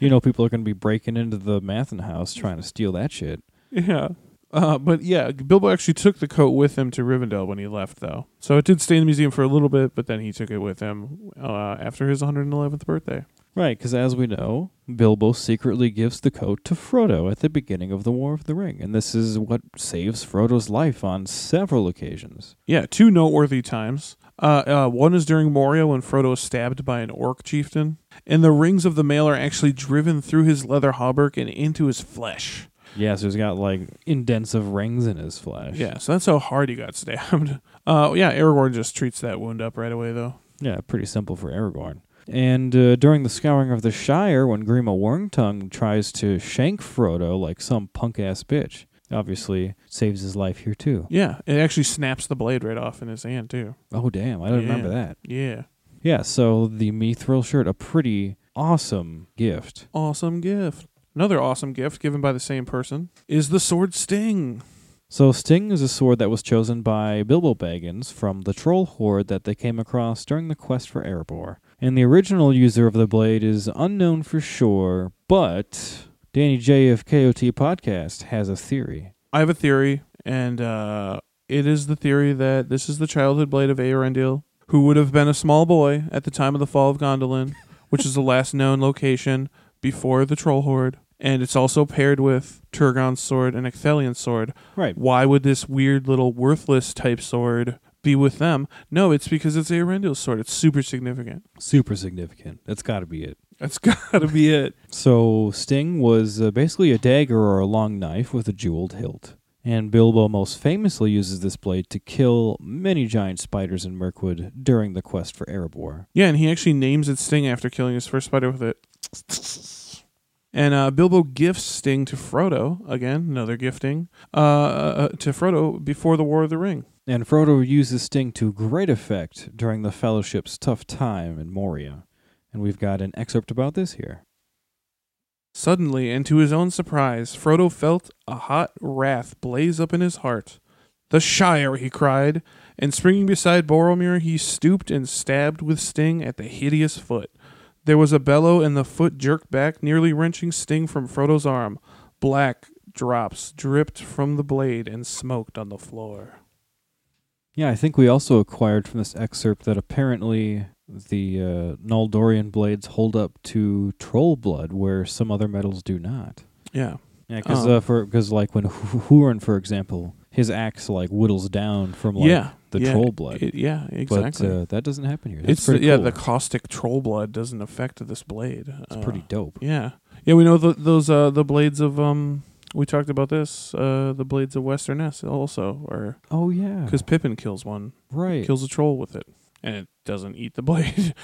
Speaker 2: you know people are going to be breaking into the Mathen house trying to steal that shit.
Speaker 1: Yeah. Uh, but yeah, Bilbo actually took the coat with him to Rivendell when he left, though. So it did stay in the museum for a little bit, but then he took it with him uh, after his 111th birthday.
Speaker 2: Right, because as we know, Bilbo secretly gives the coat to Frodo at the beginning of the War of the Ring, and this is what saves Frodo's life on several occasions.
Speaker 1: Yeah, two noteworthy times. Uh, uh, one is during Moria when Frodo is stabbed by an orc chieftain, and the rings of the mail are actually driven through his leather hauberk and into his flesh.
Speaker 2: Yeah, so he's got like indents of rings in his flesh.
Speaker 1: Yeah, so that's how hard he got stabbed. Uh, yeah, Aragorn just treats that wound up right away, though.
Speaker 2: yeah, pretty simple for Aragorn. And uh, during the scouring of the Shire, when Grima Wormtongue tries to shank Frodo like some punk ass bitch, obviously saves his life here too.
Speaker 1: Yeah, it actually snaps the blade right off in his hand too.
Speaker 2: Oh damn, I don't
Speaker 1: Yeah.
Speaker 2: remember that.
Speaker 1: Yeah,
Speaker 2: Yeah, so the Mithril shirt, a pretty awesome gift.
Speaker 1: awesome gift. Another awesome gift given by the same person is the sword Sting.
Speaker 2: So Sting is a sword that was chosen by Bilbo Baggins from the troll horde that they came across during the quest for Erebor. And the original user of the blade is unknown for sure, but Danny J of KOT Podcast has a theory.
Speaker 1: I have a theory, and uh, it is the theory that this is the childhood blade of Aorendil, who would have been a small boy at the time of the fall of Gondolin, which is the last known location before the Troll Horde. And it's also paired with Turgon's sword and Ecthelion's sword.
Speaker 2: Right.
Speaker 1: Why would this weird little worthless type sword be with them? No, it's because it's Aorendil's sword. It's super significant.
Speaker 2: Super significant. That's got to be it.
Speaker 1: That's gotta be it.
Speaker 2: So Sting was uh, basically a dagger or a long knife with a jeweled hilt. And Bilbo most famously uses this blade to kill many giant spiders in Mirkwood during the quest for Erebor.
Speaker 1: Yeah, and he actually names it Sting after killing his first spider with it. And uh, Bilbo gifts Sting to Frodo again, another gifting uh, uh, to Frodo before the War of the Ring.
Speaker 2: And Frodo uses Sting to great effect during the Fellowship's tough time in Moria. And we've got an excerpt about this here.
Speaker 1: Suddenly, and to his own surprise, Frodo felt a hot wrath blaze up in his heart. The Shire, he cried, and springing beside Boromir, he stooped and stabbed with Sting at the hideous foot. There was a bellow, and the foot jerked back, nearly wrenching Sting from Frodo's arm. Black drops dripped from the blade and smoked on the floor.
Speaker 2: Yeah, I think we also acquired from this excerpt that apparently the uh, Noldorian blades hold up to troll blood where some other metals do not.
Speaker 1: Yeah.
Speaker 2: Yeah, because
Speaker 1: Oh.
Speaker 2: uh, for because like when Huron, for example, his axe like whittles down from like
Speaker 1: yeah.
Speaker 2: the
Speaker 1: yeah,
Speaker 2: troll blood,
Speaker 1: It- yeah, exactly.
Speaker 2: but uh, that doesn't happen here. That's
Speaker 1: it's uh,
Speaker 2: pretty
Speaker 1: yeah,
Speaker 2: cool.
Speaker 1: the caustic troll blood doesn't affect this blade.
Speaker 2: it's pretty dope.
Speaker 1: Yeah, yeah, we know the, those uh the blades of um we talked about this uh the blades of Westerness also are
Speaker 2: Oh yeah,
Speaker 1: because Pippin kills one
Speaker 2: right.
Speaker 1: kills a troll with it and it doesn't eat the blade.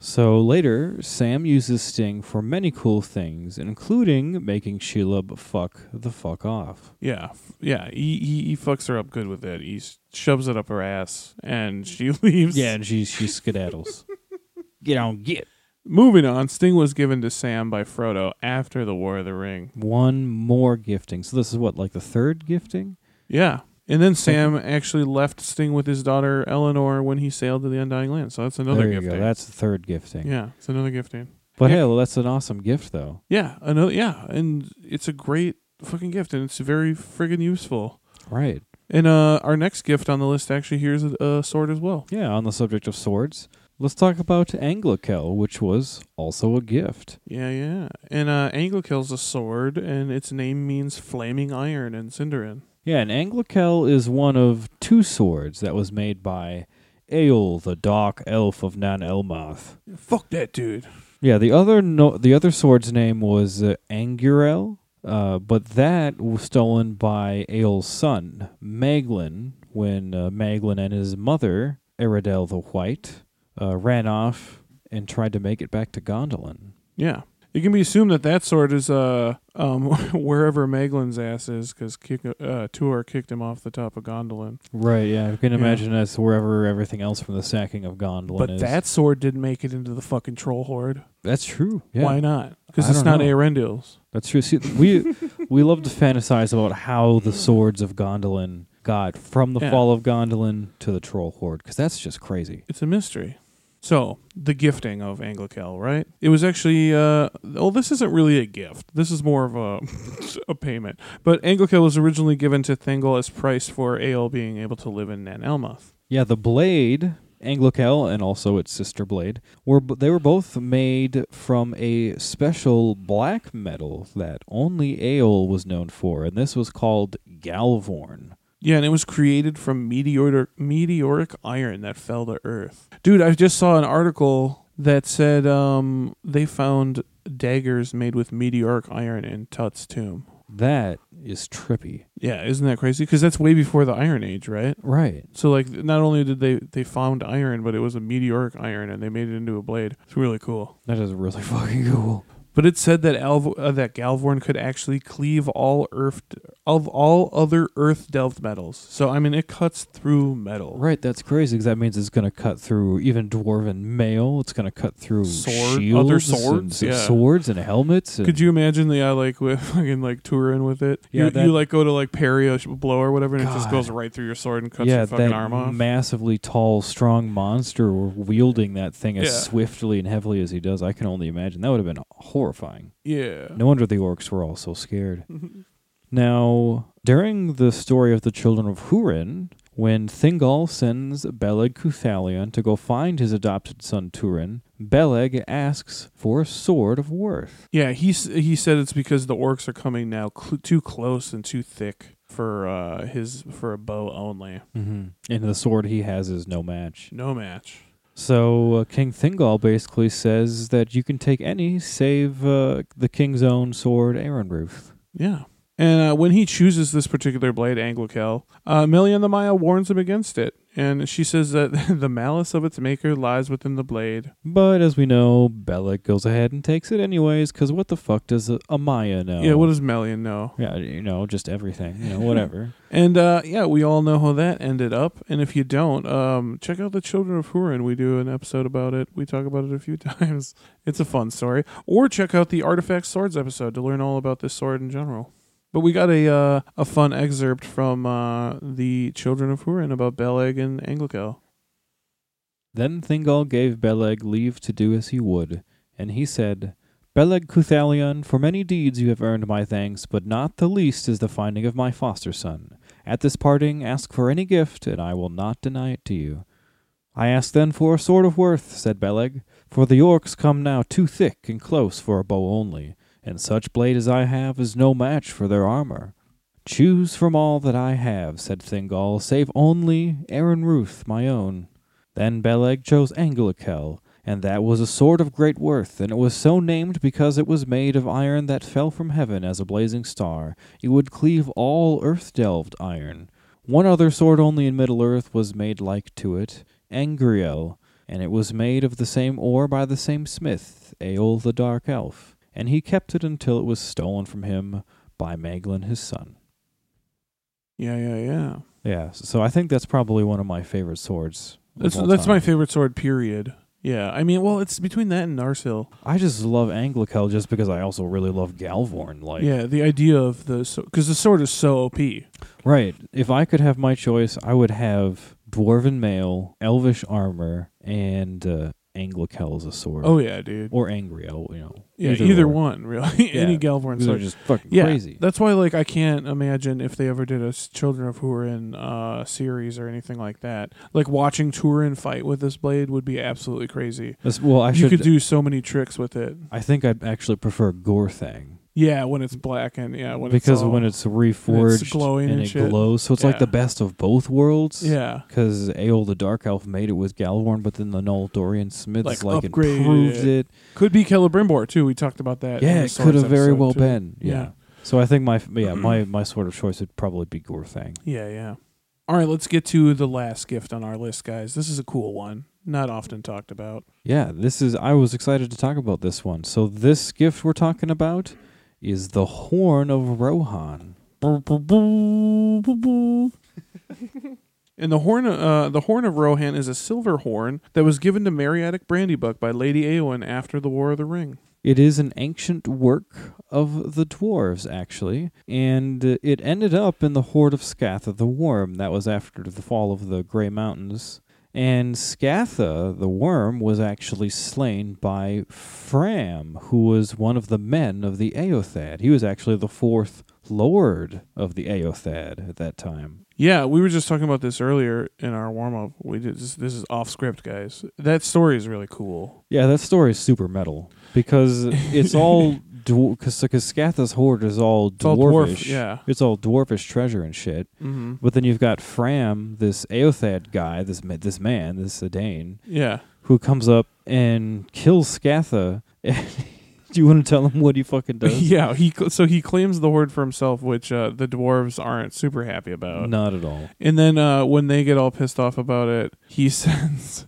Speaker 2: So later, Sam uses Sting for many cool things, including making Shelob fuck the fuck off.
Speaker 1: Yeah, f- yeah. He, he he fucks her up good with it. He s- shoves it up her ass, and she leaves.
Speaker 2: Mm. Yeah, and she she skedaddles. get on, get.
Speaker 1: Moving on, Sting was given to Sam by Frodo after the War of the Ring.
Speaker 2: One more gifting. So this is what, like the third gifting?
Speaker 1: Yeah. And then Sam actually left Sting with his daughter Eleanor when he sailed to the Undying Land. So that's another
Speaker 2: there you
Speaker 1: gifting.
Speaker 2: go. That's the third gifting.
Speaker 1: yeah, it's another gifting.
Speaker 2: But
Speaker 1: Yeah.
Speaker 2: hey, well, that's an awesome gift though.
Speaker 1: Yeah, another yeah, and it's a great fucking gift and it's very friggin' useful.
Speaker 2: Right.
Speaker 1: And uh our next gift on the list actually here's a, a sword as well.
Speaker 2: Yeah, on the subject of swords, let's talk about Anglicel, which was also a gift.
Speaker 1: Yeah, yeah. And uh Anglical's a sword and its name means flaming iron in Cinderin.
Speaker 2: Yeah, and Anglicel is one of two swords that was made by Aeol, the dark elf of Nan Elmath.
Speaker 1: Fuck that dude.
Speaker 2: Yeah, the other no, the other sword's name was uh, Angurel, uh, but that was stolen by Ael's son, Maglin, when uh, Maglin and his mother, Eridel the White, uh, ran off and tried to make it back to Gondolin.
Speaker 1: Yeah. It can be assumed that that sword is uh um wherever Maglin's ass is cuz kick, uh Tuor kicked him off the top of Gondolin.
Speaker 2: Right, yeah, I can
Speaker 1: Yeah.
Speaker 2: imagine that's wherever everything else from the sacking of Gondolin
Speaker 1: but
Speaker 2: is.
Speaker 1: that sword didn't make it into the fucking troll horde.
Speaker 2: that's true. Yeah.
Speaker 1: Why not? Cuz
Speaker 2: I
Speaker 1: it's
Speaker 2: don't
Speaker 1: not
Speaker 2: know.
Speaker 1: Arendil's.
Speaker 2: That's true. See, we we love to fantasize about how the swords of Gondolin got from the
Speaker 1: Yeah.
Speaker 2: fall of Gondolin to the Troll Horde, because that's just crazy.
Speaker 1: It's a mystery. So the gifting of Anglicel, right? It was actually uh, oh, this isn't really a gift. This is more of a a payment. But Anglicel was originally given to Thingol as price for Ale being able to live in Nan Elmoth.
Speaker 2: Yeah, the blade Anglicel and also its sister blade were b- they were both made from a special black metal that only Aeol was known for, and this was called Galvorn.
Speaker 1: Yeah, and it was created from meteoric meteoric iron that fell to Earth. Dude, I just saw an article that said um, they found daggers made with meteoric iron in Tut's tomb.
Speaker 2: That is trippy,
Speaker 1: Yeah, isn't that crazy? Because that's way before the Iron Age, right?
Speaker 2: right?
Speaker 1: So like not only did they they found iron, but it was a meteoric iron and they made it into a blade. It's really cool.
Speaker 2: That is really fucking cool.
Speaker 1: But it said that Alv- uh, that Galvorn could actually cleave all earth of all other earth delved metals. So I mean it cuts through metal.
Speaker 2: Right, that's crazy because that means it's going to cut through even dwarven mail. It's going to cut through
Speaker 1: Sword-
Speaker 2: shields,
Speaker 1: other
Speaker 2: and
Speaker 1: swords,
Speaker 2: s-
Speaker 1: yeah.
Speaker 2: swords and helmets. And
Speaker 1: Could you imagine the uh, like with fucking like touring with it?
Speaker 2: Yeah,
Speaker 1: you,
Speaker 2: that-
Speaker 1: you like go to like parry a sh- blow or whatever, and it just
Speaker 2: God.
Speaker 1: goes right through your sword and cuts
Speaker 2: yeah,
Speaker 1: your fucking
Speaker 2: that
Speaker 1: arm off.
Speaker 2: massively tall, strong monster wielding that thing as
Speaker 1: Yeah.
Speaker 2: swiftly and heavily as he does. I can only imagine that would have been horrifying.
Speaker 1: yeah,
Speaker 2: No wonder the orcs were all so scared. Now, during the story of the children of Hurin, when Thingol sends Beleg Cuthalion to go find his adopted son Turin, Beleg asks for a sword of worth.
Speaker 1: yeah. He s- he said it's because the orcs are coming now cl- too close and too thick for uh his for a bow only.
Speaker 2: Mm-hmm. And the sword he has is no match.
Speaker 1: No match.
Speaker 2: So uh, King Thingol basically says that you can take any save uh, the king's own sword, Aaronruth.
Speaker 1: Yeah. And uh, when he chooses this particular blade, Anglicel, uh, Melian the Maya warns him against it. And she says that the malice of its maker lies within the blade.
Speaker 2: But as we know, Bellic goes ahead and takes it anyways, because what the fuck does a, a Maya know?
Speaker 1: Yeah, what does Melian know?
Speaker 2: Yeah, you know, just everything, you know, whatever.
Speaker 1: And uh, yeah, we all know how that ended up. And if you don't, um, check out The Children of Hurin. We do an episode about it. We talk about it a few times. It's a fun story. Or check out the Artifact Swords episode to learn all about this sword in general. But we got a uh, a fun excerpt from uh, The Children of Hurin about Beleg and Anglicel.
Speaker 2: Then Thingol gave Beleg leave to do as he would, and he said, Beleg Cuthalion, for many deeds you have earned my thanks, but not the least is the finding of my foster son. At this parting, ask for any gift, and I will not deny it to you. I ask then for a sword of worth, said Beleg, for the orcs come now too thick and close for a bow only, and such blade as I have is no match for their armor. Choose from all that I have, said Thingol, save only Aaron Ruth, my own. Then Beleg chose Anglicel, and that was a sword of great worth, and it was so named because it was made of iron that fell from heaven as a blazing star. It would cleave all earth delved iron. One other sword only in Middle Earth was made like to it, Angriel, and it was made of the same ore by the same smith, Aeol the Dark Elf, and he kept it until it was stolen from him by Maglin his son.
Speaker 1: Yeah, yeah, yeah.
Speaker 2: Yeah, s- so I think that's probably one of my favorite swords. of
Speaker 1: That's
Speaker 2: all
Speaker 1: that's my
Speaker 2: time.
Speaker 1: favorite sword. Period. Yeah, I mean, well, it's between that and Narsil.
Speaker 2: I just love Anglicel just because I also really love Galvorn. Like,
Speaker 1: yeah, the idea of the because the sword is so OP.
Speaker 2: Right. If I could have my choice, I would have dwarven mail, elvish armor, and uh, Anglicel as a sword.
Speaker 1: Oh yeah, dude.
Speaker 2: or Angriel, you know.
Speaker 1: Yeah, either,
Speaker 2: or.
Speaker 1: one really.
Speaker 2: Yeah,
Speaker 1: Any Galvorn
Speaker 2: These are
Speaker 1: sword.
Speaker 2: just fucking
Speaker 1: yeah,
Speaker 2: crazy.
Speaker 1: that's why like I can't imagine if they ever did a s- Children of Hurin uh, series or anything like that. Like watching Turin fight with this blade would be absolutely crazy.
Speaker 2: That's- well, I
Speaker 1: you
Speaker 2: should.
Speaker 1: could do so many tricks with it.
Speaker 2: I think I'd actually prefer Gorthang
Speaker 1: Yeah, when it's black and yeah, when
Speaker 2: because
Speaker 1: it's all,
Speaker 2: when it's reforged
Speaker 1: glowing and
Speaker 2: it
Speaker 1: shit.
Speaker 2: glows, so it's like
Speaker 1: Yeah.
Speaker 2: the best of both worlds.
Speaker 1: yeah,
Speaker 2: Because Aeol the Dark Elf made it with Galvorn, but then the Null Dorian Smiths
Speaker 1: Like,
Speaker 2: like,
Speaker 1: upgraded
Speaker 2: improved
Speaker 1: it.
Speaker 2: it.
Speaker 1: could be Celebrimbor too. We talked about that. in
Speaker 2: Yeah,
Speaker 1: the
Speaker 2: it
Speaker 1: swords
Speaker 2: could have very
Speaker 1: episode,
Speaker 2: well
Speaker 1: too.
Speaker 2: been. Yeah.
Speaker 1: Yeah. Mm-hmm.
Speaker 2: So I think my yeah my my sort of choice would probably be Gorthang.
Speaker 1: Yeah, yeah. All right, let's get to the last gift on our list, guys. This is a cool one, not often talked about.
Speaker 2: Yeah, this is I was excited to talk about this one. So this gift we're talking about is the horn of Rohan.
Speaker 1: And the horn, uh, the horn of Rohan is a silver horn that was given to Mariatic Brandybuck by Lady Eowyn after the War of the Ring.
Speaker 2: It is an ancient work of the dwarves, actually, and uh, it ended up in the hoard of Scatha the Worm. That was after the fall of the Grey Mountains. And Scatha the Worm was actually slain by Fram, who was one of the men of the Aothad. He was actually the fourth lord of the Aothad at that time.
Speaker 1: Yeah, we were just talking about this earlier in our warm up. We did this, this is off script, guys. That story is really cool.
Speaker 2: Yeah, that story is super metal because it's all because Scatha's hoard is all
Speaker 1: It's all dwarf-
Speaker 2: dwarfish.
Speaker 1: yeah.
Speaker 2: it's all dwarfish treasure and shit.
Speaker 1: Mm-hmm.
Speaker 2: But then you've got Fram, this Aothad guy, this ma- this man, this Dane,
Speaker 1: Yeah,
Speaker 2: who comes up and kills Scatha. Do you want to tell him what he fucking does?
Speaker 1: yeah. He cl- so he claims the hoard for himself, which uh, the dwarves aren't super happy about.
Speaker 2: Not at all.
Speaker 1: And then uh, when they get all pissed off about it, he sends.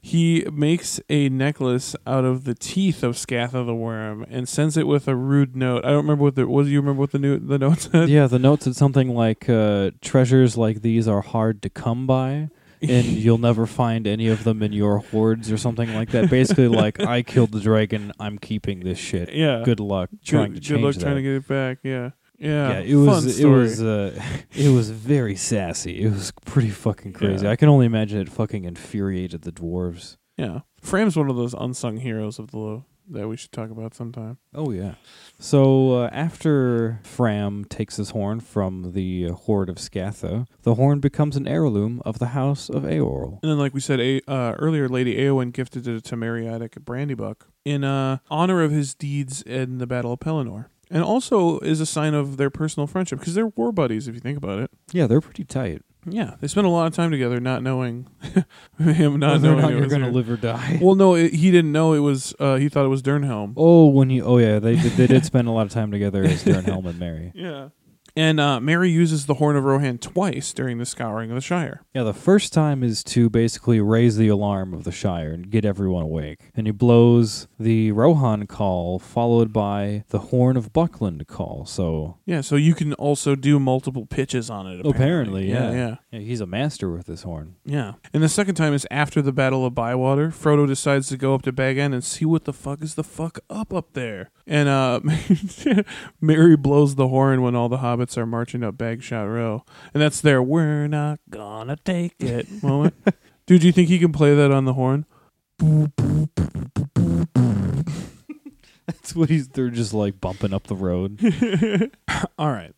Speaker 1: He makes a necklace out of the teeth of Scatha the worm and sends it with a rude note. I don't remember what the what do you remember what the new the note said?
Speaker 2: yeah, the note said something like uh, treasures like these are hard to come by. and you'll never find any of them in your hoards or something like that. Basically, like I killed the dragon, I'm keeping this shit.
Speaker 1: yeah.
Speaker 2: Good luck trying to
Speaker 1: good
Speaker 2: change
Speaker 1: luck
Speaker 2: that.
Speaker 1: trying to get it back. Yeah, yeah.
Speaker 2: yeah, it
Speaker 1: Fun
Speaker 2: was it
Speaker 1: story.
Speaker 2: was uh, it was very sassy. It was pretty fucking crazy.
Speaker 1: Yeah.
Speaker 2: I can only imagine it fucking infuriated the dwarves.
Speaker 1: yeah. Frame's one of those unsung heroes of the low that we should talk about sometime.
Speaker 2: Oh yeah. So uh, after Fram takes his horn from the uh, hoard of Scatha, the horn becomes an heirloom of the House of Aorl.
Speaker 1: And then, like we said a, uh, earlier, Lady Eowyn gifted it to Mariotic Brandybuck in uh, honor of his deeds in the Battle of Pelennor. And also is a sign of their personal friendship because they're war buddies, if you think about it.
Speaker 2: Yeah, they're pretty tight.
Speaker 1: Yeah, they spent a lot of time together, not knowing him, not
Speaker 2: Whether or
Speaker 1: knowing
Speaker 2: not
Speaker 1: it
Speaker 2: you're
Speaker 1: was
Speaker 2: gonna
Speaker 1: her.
Speaker 2: live or die.
Speaker 1: Well, no, it, he didn't know it was. Uh, he thought it was Dernhelm.
Speaker 2: Oh, when you oh yeah, they did, they did spend a lot of time together as Durnhelm and Mary.
Speaker 1: Yeah. And uh, Mary uses the Horn of Rohan twice during the scouring of the Shire.
Speaker 2: Yeah, the first time is to basically raise the alarm of the Shire and get everyone awake. And he blows the Rohan call followed by the Horn of Buckland call. So
Speaker 1: Yeah, so you can also do multiple pitches on it.
Speaker 2: Apparently,
Speaker 1: yeah,
Speaker 2: yeah.
Speaker 1: yeah.
Speaker 2: yeah, he's a master with this horn.
Speaker 1: Yeah. And the second time is after the Battle of Bywater. Frodo decides to go up to Bag End and see what the fuck is the fuck up up there. And uh, Mary blows the horn when all the hobbits are marching up Bagshot Row. And that's their we're not gonna take it moment. Dude, do you think he can play that on the horn?
Speaker 2: That's what he's they're just like bumping up the road.
Speaker 1: All right.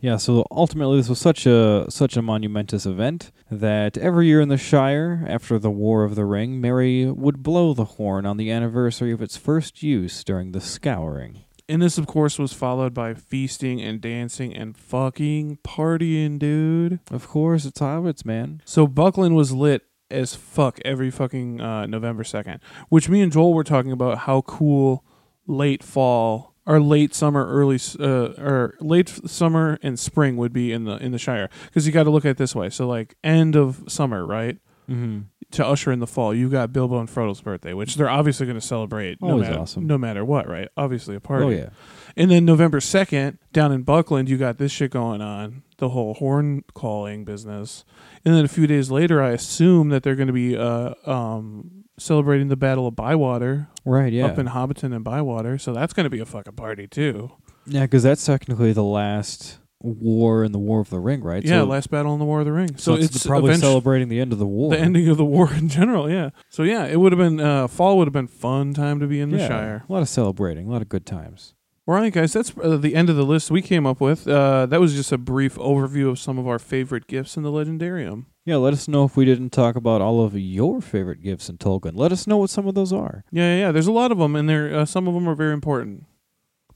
Speaker 2: yeah, so ultimately this was such a such a monumentous event that every year in the Shire after the War of the Ring, Mary would blow the horn on the anniversary of its first use during the scouring.
Speaker 1: And this, of course, was followed by feasting and dancing and fucking partying, dude.
Speaker 2: Of course, it's hobbits, man.
Speaker 1: So Buckland was lit as fuck every fucking uh, November 2nd, which me and Joel were talking about how cool late fall or late summer early s- uh, or late f- summer and spring would be in the in the Shire cuz you got to look at it this way. So like end of summer, right?
Speaker 2: Mm-hmm.
Speaker 1: to usher in the fall, you got Bilbo and Frodo's birthday, which they're obviously going to celebrate no
Speaker 2: Always
Speaker 1: matter,
Speaker 2: awesome.
Speaker 1: no matter what, right? Obviously a party.
Speaker 2: Oh yeah.
Speaker 1: And then November 2nd, down in Buckland, you got this shit going on, the whole horn calling business. And then a few days later, I assume that they're going to be uh, um, celebrating the Battle of Bywater
Speaker 2: Right. Yeah.
Speaker 1: up in Hobbiton and Bywater. So that's going to be a fucking party, too.
Speaker 2: Yeah, because that's technically the last war in the War of the Ring, right?
Speaker 1: yeah,
Speaker 2: So-
Speaker 1: last battle in the War of the Ring.
Speaker 2: so,
Speaker 1: So,
Speaker 2: it's,
Speaker 1: it's
Speaker 2: probably
Speaker 1: eventu-
Speaker 2: celebrating the end of the war.
Speaker 1: the ending of the war in general. Yeah. So yeah, it would have been uh, fall would have been fun time to be in the
Speaker 2: yeah,
Speaker 1: Shire.
Speaker 2: A lot of celebrating, a lot of good times.
Speaker 1: All right, guys, that's uh, the end of the list we came up with. Uh, that was just a brief overview of some of our favorite gifts in the Legendarium.
Speaker 2: Yeah, let us know if we didn't talk about all of your favorite gifts in Tolkien. Let us know what some of those are.
Speaker 1: Yeah, yeah, yeah. There's a lot of them, and they're, uh, some of them are very important.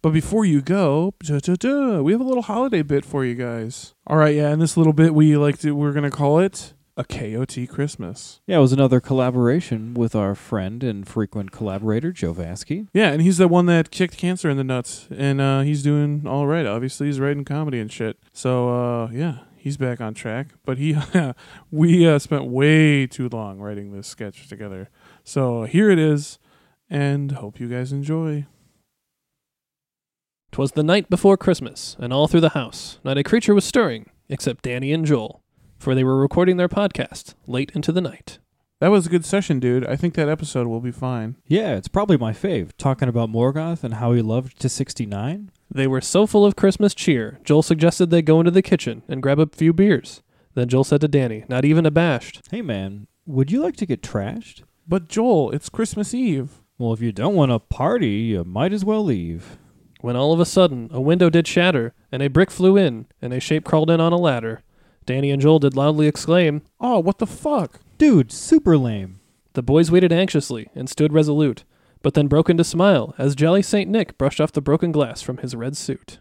Speaker 1: But before you go, duh, duh, duh, we have a little holiday bit for you guys. All right, yeah, and this little bit we like to we're gonna call it a KOT Christmas.
Speaker 2: Yeah, it was another collaboration with our friend and frequent collaborator Joe Vasky.
Speaker 1: Yeah, and he's the one that kicked cancer in the nuts, and uh, he's doing all right. Obviously, he's writing comedy and shit. So uh, yeah, he's back on track. But he, we uh, spent way too long writing this sketch together. So here it is, and hope you guys enjoy.
Speaker 3: 'Twas the night before Christmas, and all through the house, not a creature was stirring, except Danny and Joel, for they were recording their podcast late into the night.
Speaker 1: That was a good session, dude. I think that episode will be fine.
Speaker 2: Yeah, it's probably my fave. Talking about Morgoth and how he loved to 69.
Speaker 3: They were so full of Christmas cheer, Joel suggested they go into the kitchen and grab a few beers. Then Joel said to Danny, not even abashed,
Speaker 2: Hey man, would you like to get trashed?
Speaker 1: But Joel, it's Christmas Eve.
Speaker 2: Well, if you don't want to party, you might as well leave.
Speaker 3: when all of a sudden a window did shatter, and a brick flew in, and a shape crawled in on a ladder. Danny and Joel did loudly exclaim,
Speaker 1: Oh, what the fuck?
Speaker 2: Dude, super lame.
Speaker 3: The boys waited anxiously and stood resolute, but then broke into smile as Jolly St. Nick brushed off the broken glass from his red suit.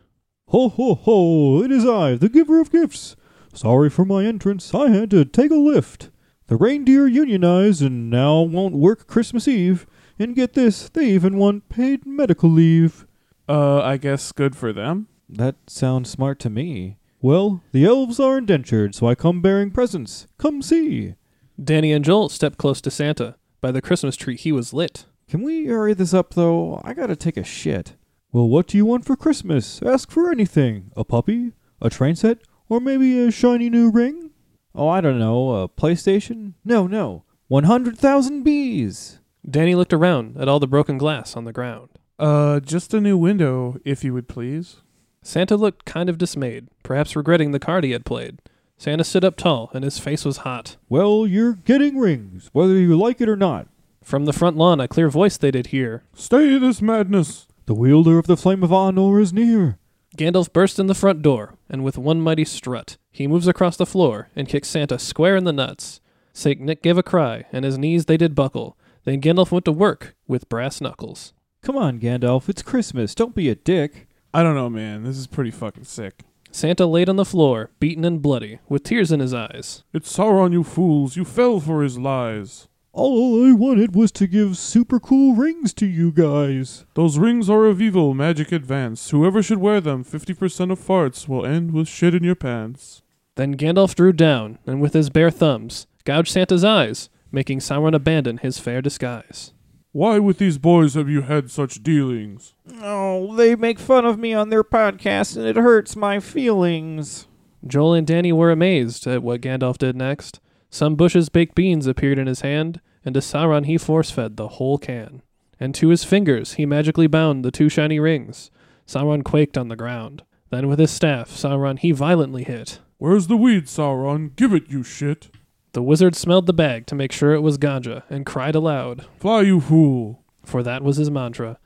Speaker 2: Ho, ho, ho, it is I, the giver of gifts. Sorry for my entrance, I had to take a lift. The reindeer unionized and now won't work Christmas Eve. And get this, they even want paid medical leave.
Speaker 1: Uh, I guess good for them.
Speaker 2: That sounds smart to me. Well, the elves are indentured, so I come bearing presents. Come see.
Speaker 3: Danny and Joel stepped close to Santa. By the Christmas tree, he was lit.
Speaker 2: Can we hurry this up, though? I gotta take a shit. Well, what do you want for Christmas? Ask for anything. A puppy? A train set? Or maybe a shiny new ring? Oh, I don't know. A PlayStation? No, no. 100,000 bees!
Speaker 3: Danny looked around at all the broken glass on the ground.
Speaker 1: Uh, just a new window, if you would please.
Speaker 3: Santa looked kind of dismayed, perhaps regretting the card he had played. Santa stood up tall, and his face was hot.
Speaker 2: Well, you're getting rings, whether you like it or not.
Speaker 3: From the front lawn, a clear voice they did hear.
Speaker 1: Stay this madness.
Speaker 2: The wielder of the Flame of Anor is near.
Speaker 3: Gandalf burst in the front door, and with one mighty strut, he moves across the floor and kicks Santa square in the nuts. Saint Nick gave a cry, and his knees they did buckle. Then Gandalf went to work with brass knuckles.
Speaker 2: Come on, Gandalf, it's Christmas. Don't be a dick.
Speaker 1: I don't know, man. This is pretty fucking sick.
Speaker 3: Santa laid on the floor, beaten and bloody, with tears in his eyes.
Speaker 1: It's Sauron, you fools. You fell for his lies.
Speaker 2: All I wanted was to give super cool rings to you guys.
Speaker 1: Those rings are of evil, magic advanced. Whoever should wear them, 50% of farts will end with shit in your pants.
Speaker 3: Then Gandalf drew down, and with his bare thumbs, gouged Santa's eyes, making Sauron abandon his fair disguise.
Speaker 1: Why with these boys have you had such dealings?
Speaker 4: Oh, they make fun of me on their podcast and it hurts my feelings.
Speaker 3: Joel and Danny were amazed at what Gandalf did next. Some bushes baked beans appeared in his hand, and to Sauron he force fed the whole can. And to his fingers he magically bound the two shiny rings. Sauron quaked on the ground. Then with his staff, Sauron he violently hit.
Speaker 1: Where's the weed, Sauron? Give it, you shit.
Speaker 3: The wizard smelled the bag to make sure it was ganja, and cried aloud.
Speaker 1: Fly, you fool.
Speaker 3: for that was his mantra.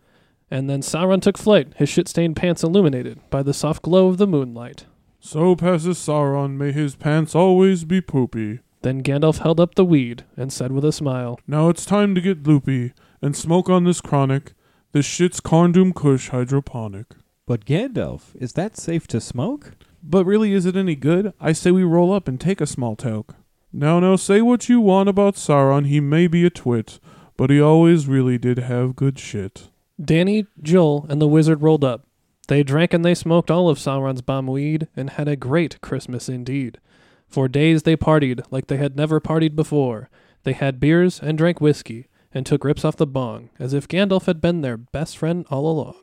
Speaker 3: And then Sauron took flight, his shit stained pants illuminated by the soft glow of the moonlight.
Speaker 1: So passes Sauron, may his pants always be poopy.
Speaker 3: Then Gandalf held up the weed and said with a smile,
Speaker 1: Now it's time to get loopy and smoke on this chronic. This shit's Condom Kush hydroponic.
Speaker 2: But Gandalf, is that safe to smoke?
Speaker 1: But really, is it any good? I say we roll up and take a small toke. Now, now, say what you want about Sauron. He may be a twit, but he always really did have good shit.
Speaker 3: Danny, Joel, and the wizard rolled up. They drank and they smoked all of Sauron's bomb weed and had a great Christmas indeed. For days they partied like they had never partied before. They had beers and drank whiskey and took rips off the bong, as if Gandalf had been their best friend all along.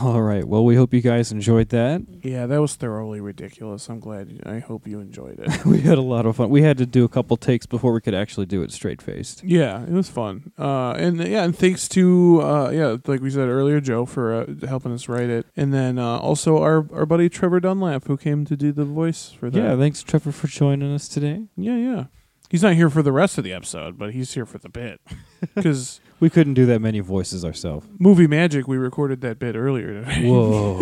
Speaker 2: All right. Well, we hope you guys enjoyed that.
Speaker 1: Yeah, that was thoroughly ridiculous. I'm glad. I hope you enjoyed it.
Speaker 2: we had a lot of fun. We had to do a couple takes before we could actually do it straight faced.
Speaker 1: Yeah, it was fun. Uh, and yeah, and thanks to uh, yeah, like we said earlier, Joe for uh, helping us write it, and then uh, also our our buddy Trevor Dunlap who came to do the voice for that.
Speaker 2: Yeah. Thanks, Trevor, for joining us today.
Speaker 1: yeah, yeah. He's not here for the rest of the episode, but he's here for the bit because
Speaker 2: We couldn't do that many voices ourselves.
Speaker 1: movie magic. We recorded that bit earlier today.
Speaker 2: Whoa.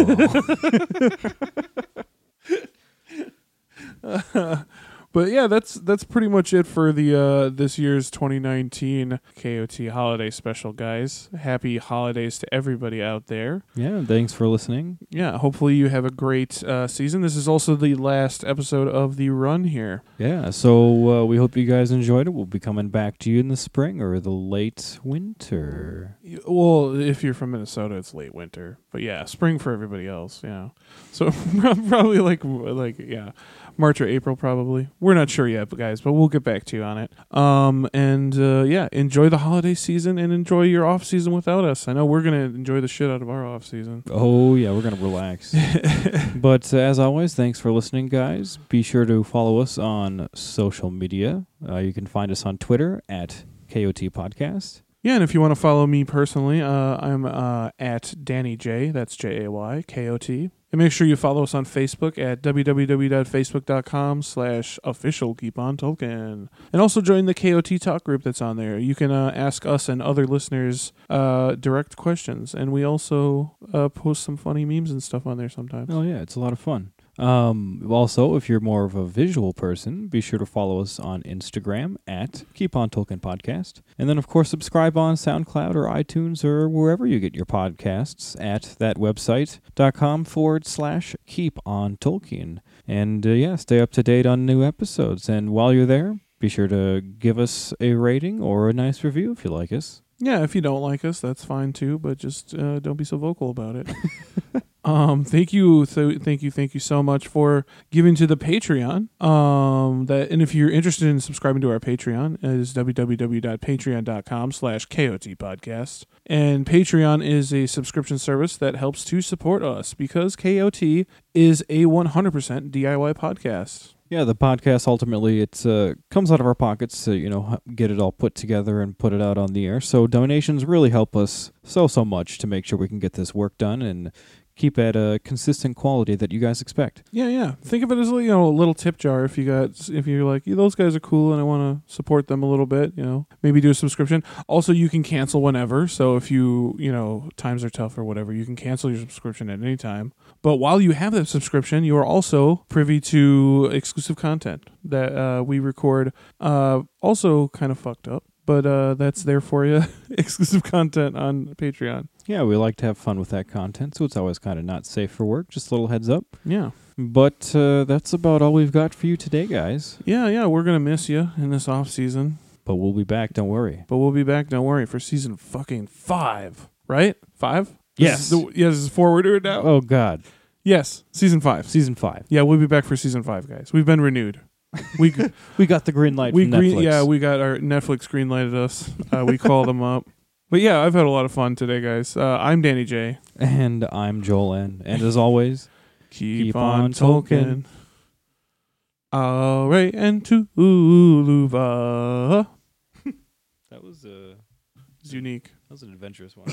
Speaker 1: But yeah, that's that's pretty much it for the uh, this year's 2019 KOT holiday special, guys. Happy holidays to everybody out there.
Speaker 2: yeah. Thanks for listening.
Speaker 1: yeah hopefully you have a great uh, season this is also the last episode of the run here
Speaker 2: Yeah. So uh, we hope you guys enjoyed it. We'll be coming back to you in the spring or the late winter.
Speaker 1: Y- well if you're from minnesota it's late winter but yeah spring for everybody else yeah so probably like like yeah march or april probably we're not sure yet but guys but we'll get back to you on it um and uh, yeah enjoy the holiday season and enjoy your off season without us i know we're gonna enjoy the shit out of our off season
Speaker 2: Oh, yeah, we're going to relax. but uh, as always, thanks for listening, guys. Be sure to follow us on social media. Uh, you can find us on Twitter at KOT Podcast.
Speaker 1: Yeah, and if you want to follow me personally, uh, I'm uh, at Danny J. That's J A Y K O T. And make sure you follow us on Facebook at www.facebook.com slash official keep on Tolkien. And also join the KOT talk group that's on there. You can uh, ask us and other listeners uh, direct questions. And we also uh, post some funny memes and stuff on there sometimes.
Speaker 2: Oh, yeah, it's a lot of fun. Um, also, if you're more of a visual person, be sure to follow us on Instagram at Keep On Tolkien Podcast. And then, of course, subscribe on SoundCloud or iTunes or wherever you get your podcasts at that website.com forward slash Keep On Tolkien. And uh, yeah, stay up to date on new episodes. And while you're there, be sure to give us a rating or a nice review if you like us.
Speaker 1: Yeah, if you don't like us, that's fine too, but just uh, don't be so vocal about it. um, thank you, so thank you, thank you so much for giving to the Patreon. Um, that and if you're interested in subscribing to our Patreon, it is www.patreon.com slash KOT podcast. And Patreon is a subscription service that helps to support us because KOT is a 100% DIY podcast.
Speaker 2: Yeah, the podcast ultimately it uh, comes out of our pockets to you know h- get it all put together and put it out on the air. So donations really help us so so much to make sure we can get this work done and keep at a consistent quality that you guys expect.
Speaker 1: Yeah, yeah. Think of it as you know a little tip jar. If you got, if you're like, "Yeah, those guys are cool, and I want to support them a little bit, you know, maybe do a subscription. Also, you can cancel whenever. So if you, you know, times are tough or whatever, you can cancel your subscription at any time. But while you have that subscription, you are also privy to exclusive content that uh, we record. Uh, also, kind of fucked up, but uh, that's there for you. exclusive content on Patreon.
Speaker 2: Yeah, we like to have fun with that content, so it's always kind of not safe for work. Just a little heads up.
Speaker 1: Yeah.
Speaker 2: But uh, that's about all we've got for you today, guys.
Speaker 1: Yeah, yeah, we're going to miss you in this off season.
Speaker 2: But we'll be back. Don't worry.
Speaker 1: But we'll be back, don't worry, for season fucking five. Right? Five? This
Speaker 2: Yes.
Speaker 1: Is the, yes, is forward or now?
Speaker 2: Oh God,
Speaker 1: Yes, season five. Se-
Speaker 2: season five.
Speaker 1: Yeah, we'll be back for season five, guys. We've been renewed. We
Speaker 2: We got the green light
Speaker 1: we
Speaker 2: from
Speaker 1: green,
Speaker 2: Netflix.
Speaker 1: yeah, we got our Netflix green lighted us. Uh, we called them up. But yeah, I've had a lot of fun today, guys. Uh, I'm Danny J.
Speaker 2: and I'm Joel N. And as always.
Speaker 1: Keep,
Speaker 2: Keep
Speaker 1: on,
Speaker 2: on
Speaker 1: Tolkien. All right, and Tuluva.
Speaker 2: That was a
Speaker 1: It's unique.
Speaker 2: that was an adventurous one.